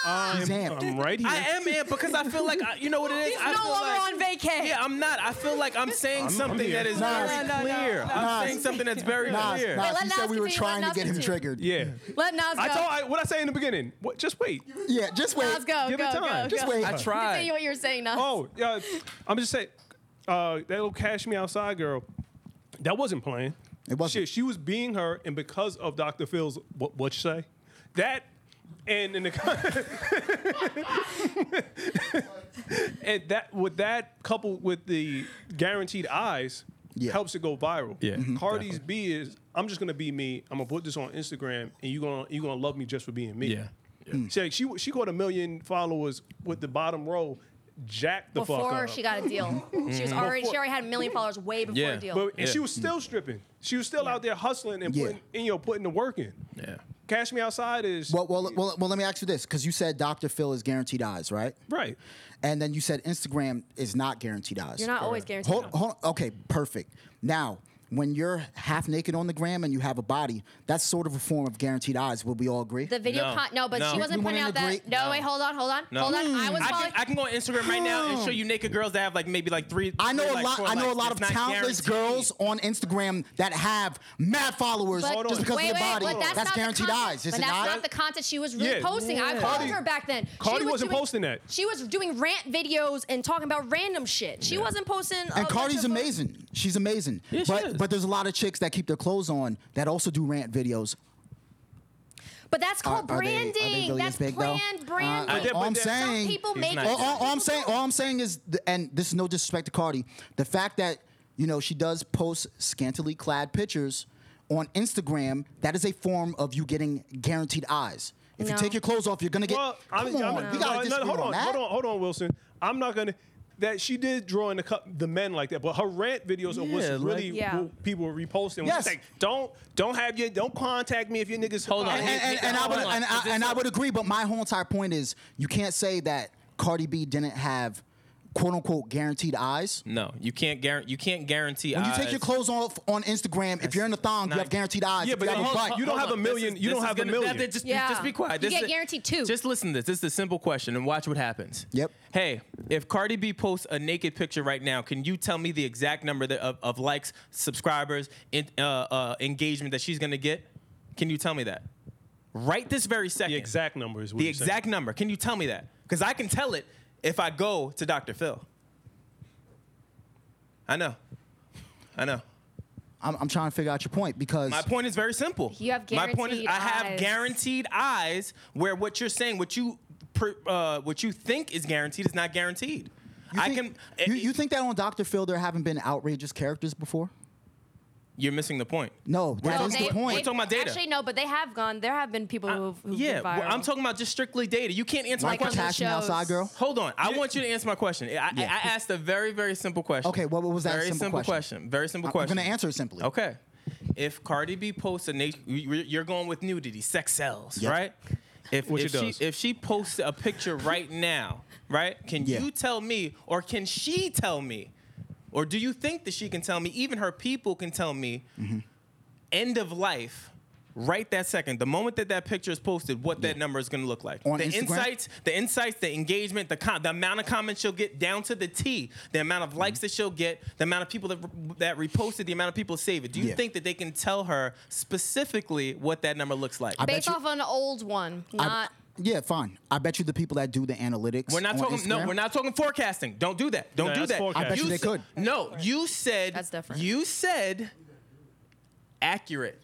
C: I'm,
E: amped.
C: I'm right here.
D: I am amped because I feel like I, you know what it is.
A: He's
D: I
A: no
D: feel
A: longer
D: like-
A: on vacay.
D: Yeah, I'm not. I feel like I'm saying
C: I'm- I'm
D: something
C: here.
D: that is
E: Nah,
D: very
E: nah, nah,
D: clear. I'm
E: Nas.
D: saying something that's very
E: Nas,
D: clear.
E: Nas,
A: let
E: you
A: Nas
E: said we
A: continue,
E: were
A: let
E: trying to
A: Nas
E: get him
A: continue.
E: triggered.
C: yeah.
A: Let Nas go.
C: I told I, what I say in the beginning. What? Just
D: *laughs*
C: wait.
E: Yeah, just wait.
A: Nas go.
C: Give
A: go,
C: it
A: Go,
C: time.
E: Just
A: go.
E: wait.
D: I tried.
A: Continue what you were saying, Nas.
C: Oh, yeah. I'm just saying. Uh, that little cash me outside girl. That wasn't planned.
E: It wasn't.
C: Shit, she was being her, and because of Dr. Phil's what what you say, that and
D: *laughs*
C: in the *laughs* and that with that coupled with the guaranteed eyes
E: Yeah. Mm-hmm.
C: helps it go viral.
D: Yeah, Mhm.
C: Cardi's B is I'm just gonna be me. I'm gonna put this on Instagram, and you gonna you gonna love me just for being me.
D: Yeah.
E: Mm.
C: She like, she she got a million followers with the bottom row, jacked the fuck
A: before
C: up.
A: she got a deal. She was already she already had a million followers way before
D: Yeah.
A: a deal.
C: but
D: Yeah.
C: and she was still stripping. She was still out there hustling and
E: Yeah.
C: putting and, you know putting the work in.
D: Yeah.
C: Cash me outside is
E: Well, well, well, well, let me ask you this, because you said Dr. Phil is guaranteed eyes, right?
C: right.
E: And then you said Instagram is not guaranteed eyes.
A: You're not always guaranteed.
E: Hold, hold, okay, perfect. Now, when you're half naked on the gram and you have a body, that's sort of a form of guaranteed eyes. Will we all agree?
A: The video
D: No.
A: con- no, but
D: No.
A: she wasn't
E: We
A: pointing
E: wanna
A: out that.
E: agree-
A: No, wait, hold on, hold on,
D: No. Hmm.
A: hold
E: Hmm.
A: on. I was
D: I Hmm.
A: following.
D: can, I can go on Instagram right now and show you naked girls that have like maybe like three.
E: I know
D: three,
E: a
D: like,
E: lot.
D: four
E: I know a
D: likes.
E: lot
D: It's
E: of
D: not
E: countless
D: guaranteed.
E: girls on Instagram that have mad followers
A: but,
E: just because
A: wait,
E: of their
A: wait,
E: body.
A: but that's, not the
E: guaranteed
A: content-
E: eyes, is
A: but
E: it
A: that's
E: not?
A: not the content she was really
C: Yeah.
A: posting. I
C: Yeah.
A: followed
C: Cardi-
A: her back then. She
C: Cardi
A: was
C: wasn't
A: doing-
C: posting that.
A: She was doing rant videos and talking about random shit. She wasn't posting. a
E: and
A: bunch
E: Cardi's
A: of-
E: amazing. She's amazing.
D: Yeah, she
E: but
D: is.
E: but there's a lot of chicks that keep their clothes on that also do rant videos.
A: But that's
E: Are-
A: called
E: are they- are they
A: branding.
E: really
A: that's
E: as big, though?
A: planned
E: Uh,
A: branding.
C: did,
E: all I'm
C: but
A: Some
E: saying,
A: people
D: He's
A: make.
D: not-
E: all, all- all I'm saying, all I'm saying is, th- and this is no disrespect to Cardi, the fact that you know she does post scantily clad pictures on Instagram, that is a form of you getting guaranteed eyes. If
A: No.
E: you take your clothes off, you're gonna get.
C: Well,
E: come
C: I'm, I'm,
E: on, we gotta
C: no,
E: disagree
C: hold
E: on,
C: on,
E: that.
C: hold on, hold on, Wilson. I'm not gonna. That she did draw in the cu- the men like that, but her rant videos are what's
D: Yeah, like-
C: really
A: Yeah.
C: what people were reposting. When
E: Yes.
C: she's like, don't don't have your don't contact me if your niggas
D: Hold on.
E: And, and, and, and I would
D: Hold on.
E: and, I, and I would agree, but my whole entire point is, you can't say that Cardi B didn't have quote unquote guaranteed eyes.
D: No, you can't guarantee. You can't guarantee.
E: When you take
D: eyes.
E: your clothes off on Instagram, if you're in a thong, you
D: not-
E: have guaranteed eyes.
C: Yeah,
E: If
C: but
E: you have a
C: hold-
E: butt,
C: hold- you don't have a
D: on,
C: million-
D: this
C: you don't
D: this
C: have a
D: gonna-
C: million.
D: that- Just,
A: Yeah.
D: just be quiet.
A: You
D: This
A: get
D: is-
A: guaranteed two.
D: Just listen to this. This is a simple question, and watch what happens.
E: Yep.
D: Hey, if Cardi B posts a naked picture right now, can you tell me the exact number that, of, of likes, subscribers, in, uh, uh, engagement that she's gonna get? Can you tell me that? Right this very second.
C: The exact number is what
D: The
C: you're saying.
D: exact number. Can you tell me that? Because I can tell it if I go to Dr. Phil. I know. I know.
E: I'm, I'm trying to figure out your point because
D: My point is very simple.
A: You have
D: My point is
A: guaranteed
D: I have
A: eyes.
D: guaranteed eyes where what you're saying, what you per, uh, what you think is guaranteed is not guaranteed.
E: You
D: I
E: think,
D: can
E: You, you think that on Dr. Phil there haven't been outrageous characters before?
D: you're missing the point.
E: No, that
A: No,
E: is
A: they-
E: the point.
D: we're talking about data.
A: Actually, no, but they have gone. There have been people who've, who've
D: yeah,
A: been viral.
D: well, I'm talking about just strictly data. You can't answer
E: like
D: my
A: on the
D: question.
E: Cash Me
A: shows.
E: Outside Girl.
D: Hold on. I want you to answer my question. I, I- I,
E: Yeah.
D: asked a very, very simple question.
E: Okay, what was that
D: very
E: simple
D: simple
E: question?
D: question? Very simple
E: I'm
D: question.
E: going to answer it simply.
D: Okay. If Cardi B posts a naked, you're going with nudity, sex sells,
E: Yeah.
D: right? If,
C: Which
D: if
C: it
D: she
C: does.
D: if she posts a picture right now, right? Can
E: Yeah.
D: you tell me, or can she tell me, or do you think that she can tell me? Even her people can tell me.
E: Mm-hmm.
D: End of life. Right that second, the moment that that picture is posted, what that number is going to look like.
E: On
D: the
E: Instagram?
D: insights, the insights, the engagement, the com- the amount of comments she'll get down to the T, the amount of likes that she'll get, the amount of people that re- that reposted, the amount of people save it. Do you
E: Yeah.
D: think that they can tell her specifically what that number looks like?
E: bet
A: based
E: you-
A: off an old one,
E: I-
A: not.
E: yeah, fine. I bet you the people that do the analytics.
D: We're not
E: on
D: talking. No,
E: Instagram-
D: we're not talking forecasting. Don't do that. Don't
C: No,
D: do
C: that's
D: that.
C: forecasting. I bet
E: you they
D: sa-
E: could.
D: No, you said.
A: That's different.
D: You said accurate,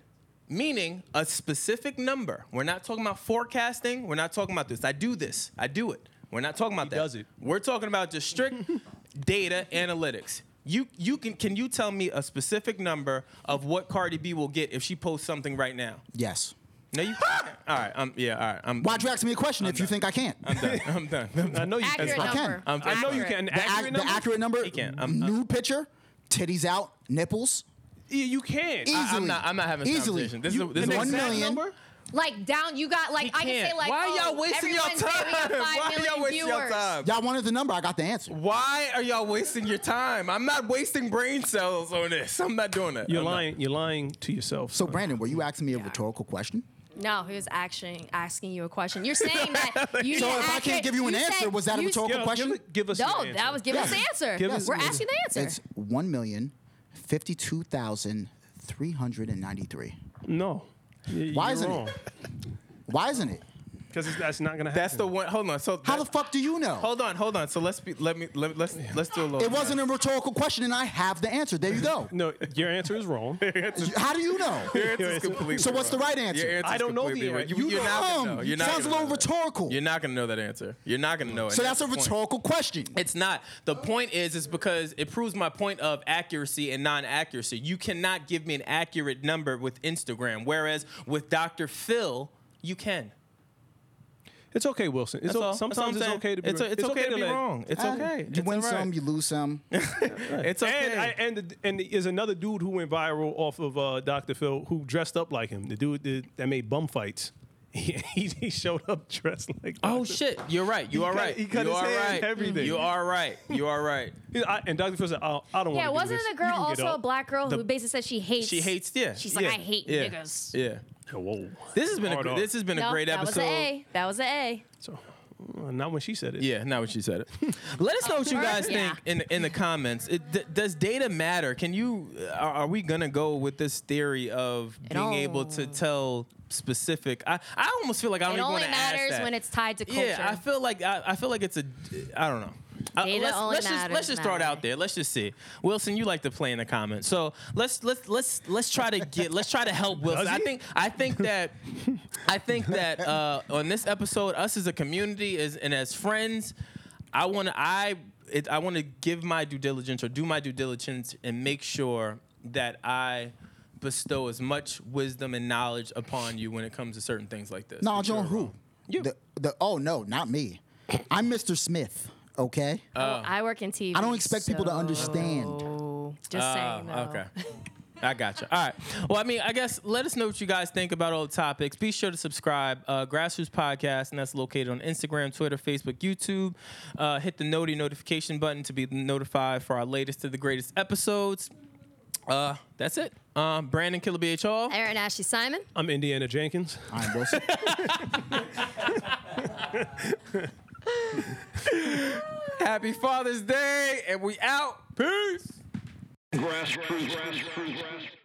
D: meaning a specific number. We're not talking about forecasting. We're not talking about this. I do this. I do it. We're not talking about that.
C: does it.
D: We're talking about just
C: *laughs*
D: strict data analytics. You you can can you tell me a specific number of what Cardi B will get if she posts something right now?
E: Yes.
D: No, you can't. all right. I'm yeah. All right. I'm.
E: Why'd you ask me a question if you think I can't?
D: I'm done. I'm
C: *laughs*
D: done. I'm
C: I
D: done.
C: know you
A: Accurate
C: can.
E: I can.
A: number.
D: I'm-
C: I know you
A: Accurate.
C: can.
E: The, ac-
C: Accurate
E: the
C: number?
E: accurate number?
D: can't. I'm- I'm-
E: nude picture? Titties out? Nipples?
C: Yeah, you can.
E: Easy.
D: I'm not. I'm not having this
E: Easily.
D: conversation. This
E: You-
D: is a, this is a
E: one
D: sad
E: million.
D: number.
A: Like down, you got like
D: He
A: I can say
D: can't.
A: like.
D: Why
A: oh,
D: y'all wasting
A: every
D: your
A: Wednesday we have
D: time?
A: five
D: *laughs* Why
A: million
D: y'all wasting your
A: viewers.
D: time?
E: Y'all wanted the number, I got the answer.
D: Why are y'all wasting your time? I'm not wasting brain cells on this. I'm not doing that.
C: You're
D: I'm not.
C: lying. You're lying to yourself.
E: So, Brandon, were you asking me a rhetorical question?
A: No, he was actually asking you a question. You're saying that you
E: So
A: didn't
E: if I
A: accurate-
E: can't give you an answer,
A: said-
E: was that a
A: you
E: rhetorical
C: Give-
E: question?
C: Give, give us.
A: said-
C: your
A: No,
C: answer.
A: that was give us the answer.
C: Give us
A: We're
C: the
A: asking the
E: It's
A: answer.
E: 1,052,393.
C: no.
E: Why isn't it? Why isn't it?
C: because that's not gonna happen.
D: That's the one. Hold on. So
E: How
D: that-
E: the fuck do you know?
D: Hold on. Hold on. So let's be. Let me. Let, let's let's do a little.
E: It wasn't a rhetorical question, and I have the answer. There you go.
C: no. Your answer is
E: *laughs*
C: wrong.
E: You- How do you know?
D: *laughs* Your answer's completely
E: So what's the
D: wrong.
E: right answer?
D: Your answer's
C: I don't know the
D: completely right.
C: answer.
D: You,
C: You
D: are
C: know.
D: not gonna
E: Um,
D: know. You're not
E: sounds a
D: gonna
E: little
D: know that.
E: rhetorical.
D: You're not gonna know that answer. You're not gonna know it.
E: So
D: And
E: that's a
D: the point.
E: rhetorical question.
D: It's not. The point is, it's because it proves my point of accuracy and non-accuracy. You cannot give me an accurate number with Instagram, whereas with Dr. Phil, you can.
C: It's okay, Wilson. It's
D: That's
C: o-
D: all. That's all I'm
C: sometimes it's
D: saying.
C: okay to be.
D: It's, a-
C: right.
D: it's, okay, to be
C: let-
D: wrong. It's
E: Ah,
D: okay.
E: You
D: It's
E: win
D: all right.
E: some, you lose some.
D: *laughs* It's okay.
C: And I, and the, and is another dude who went viral off of uh, Dr. Phil who dressed up like him. The dude that, that made bum fights. *laughs* He, he, he showed up dressed like.
D: Oh
C: Dr.
D: shit! You're right. You are
C: cut-
D: right.
C: he cut
D: you
C: his
D: are
C: hair and
D: right.
C: everything.
D: You are right. You are right.
C: Phil. I, and Dr. Phil said, "I, I don't
A: Yeah,
C: want to."
A: wasn't the girl also a black girl
D: The-
A: who basically said she hates?
D: She hates. Yeah.
A: She's like,
D: yeah,
A: I hate
D: yeah,
A: niggas.
D: Yeah.
C: Whoa.
D: This has been a
C: Hard
D: gr-
C: R.
D: this has been a
A: No,
D: great
A: that
D: episode.
A: was an A. That was an A.
C: So, uh, not when she said it.
D: Yeah, now what
A: *laughs*
D: you said it. Let us know what you guys
A: Yeah.
D: think in in the comments. It, d- does data matter? Can you uh, are, are we gonna go with this theory of being
A: all-
D: able to tell specific? I, I almost feel like I don't
A: It
D: even
A: only
D: wanna ask
A: matters
D: that.
A: when it's tied to culture.
D: Yeah, I feel like I, I feel like it's a I don't know. Uh,
A: Data
D: let's,
A: only
D: let's just
A: matters
D: let's just throw it
A: now.
D: out there. Let's just see. Wilson, you like to play in the comments, so let's let's let's let's try to get let's try to help Wilson.
C: *laughs* Does
D: I
C: he?
D: think I think that I think that
C: *laughs*
D: uh, on this episode, us as a community is and as friends, I want to I it, I want to give my due diligence or do my due diligence and make sure that I bestow as much wisdom and knowledge upon you when it comes to certain things like this.
E: No,
D: That you're
E: John, who?
D: wrong. You.
E: The, the, oh, no, not me. I'm Mr. Smith, okay?
D: Uh,
A: Well, I work in TV.
E: I don't expect people to
A: so-
E: understand.
A: Just
D: Oh,
A: saying. Though.
D: okay. I gotcha. All right. Well, I mean, I guess let us know what you guys think about all the topics. Be sure to subscribe. Uh, Grassroots Podcast, and that's located on Instagram, Twitter, Facebook, YouTube. Uh, hit the noti notification button to be notified for our latest to the greatest episodes. Uh, that's it. Um, Brandon Killer BH Hall.
A: Aaron Ashley Simon.
C: I'm Indiana Jenkins.
D: *laughs*
E: I'm Wilson.
D: Happy Father's Day, and we out. Peace.
G: Grassroots.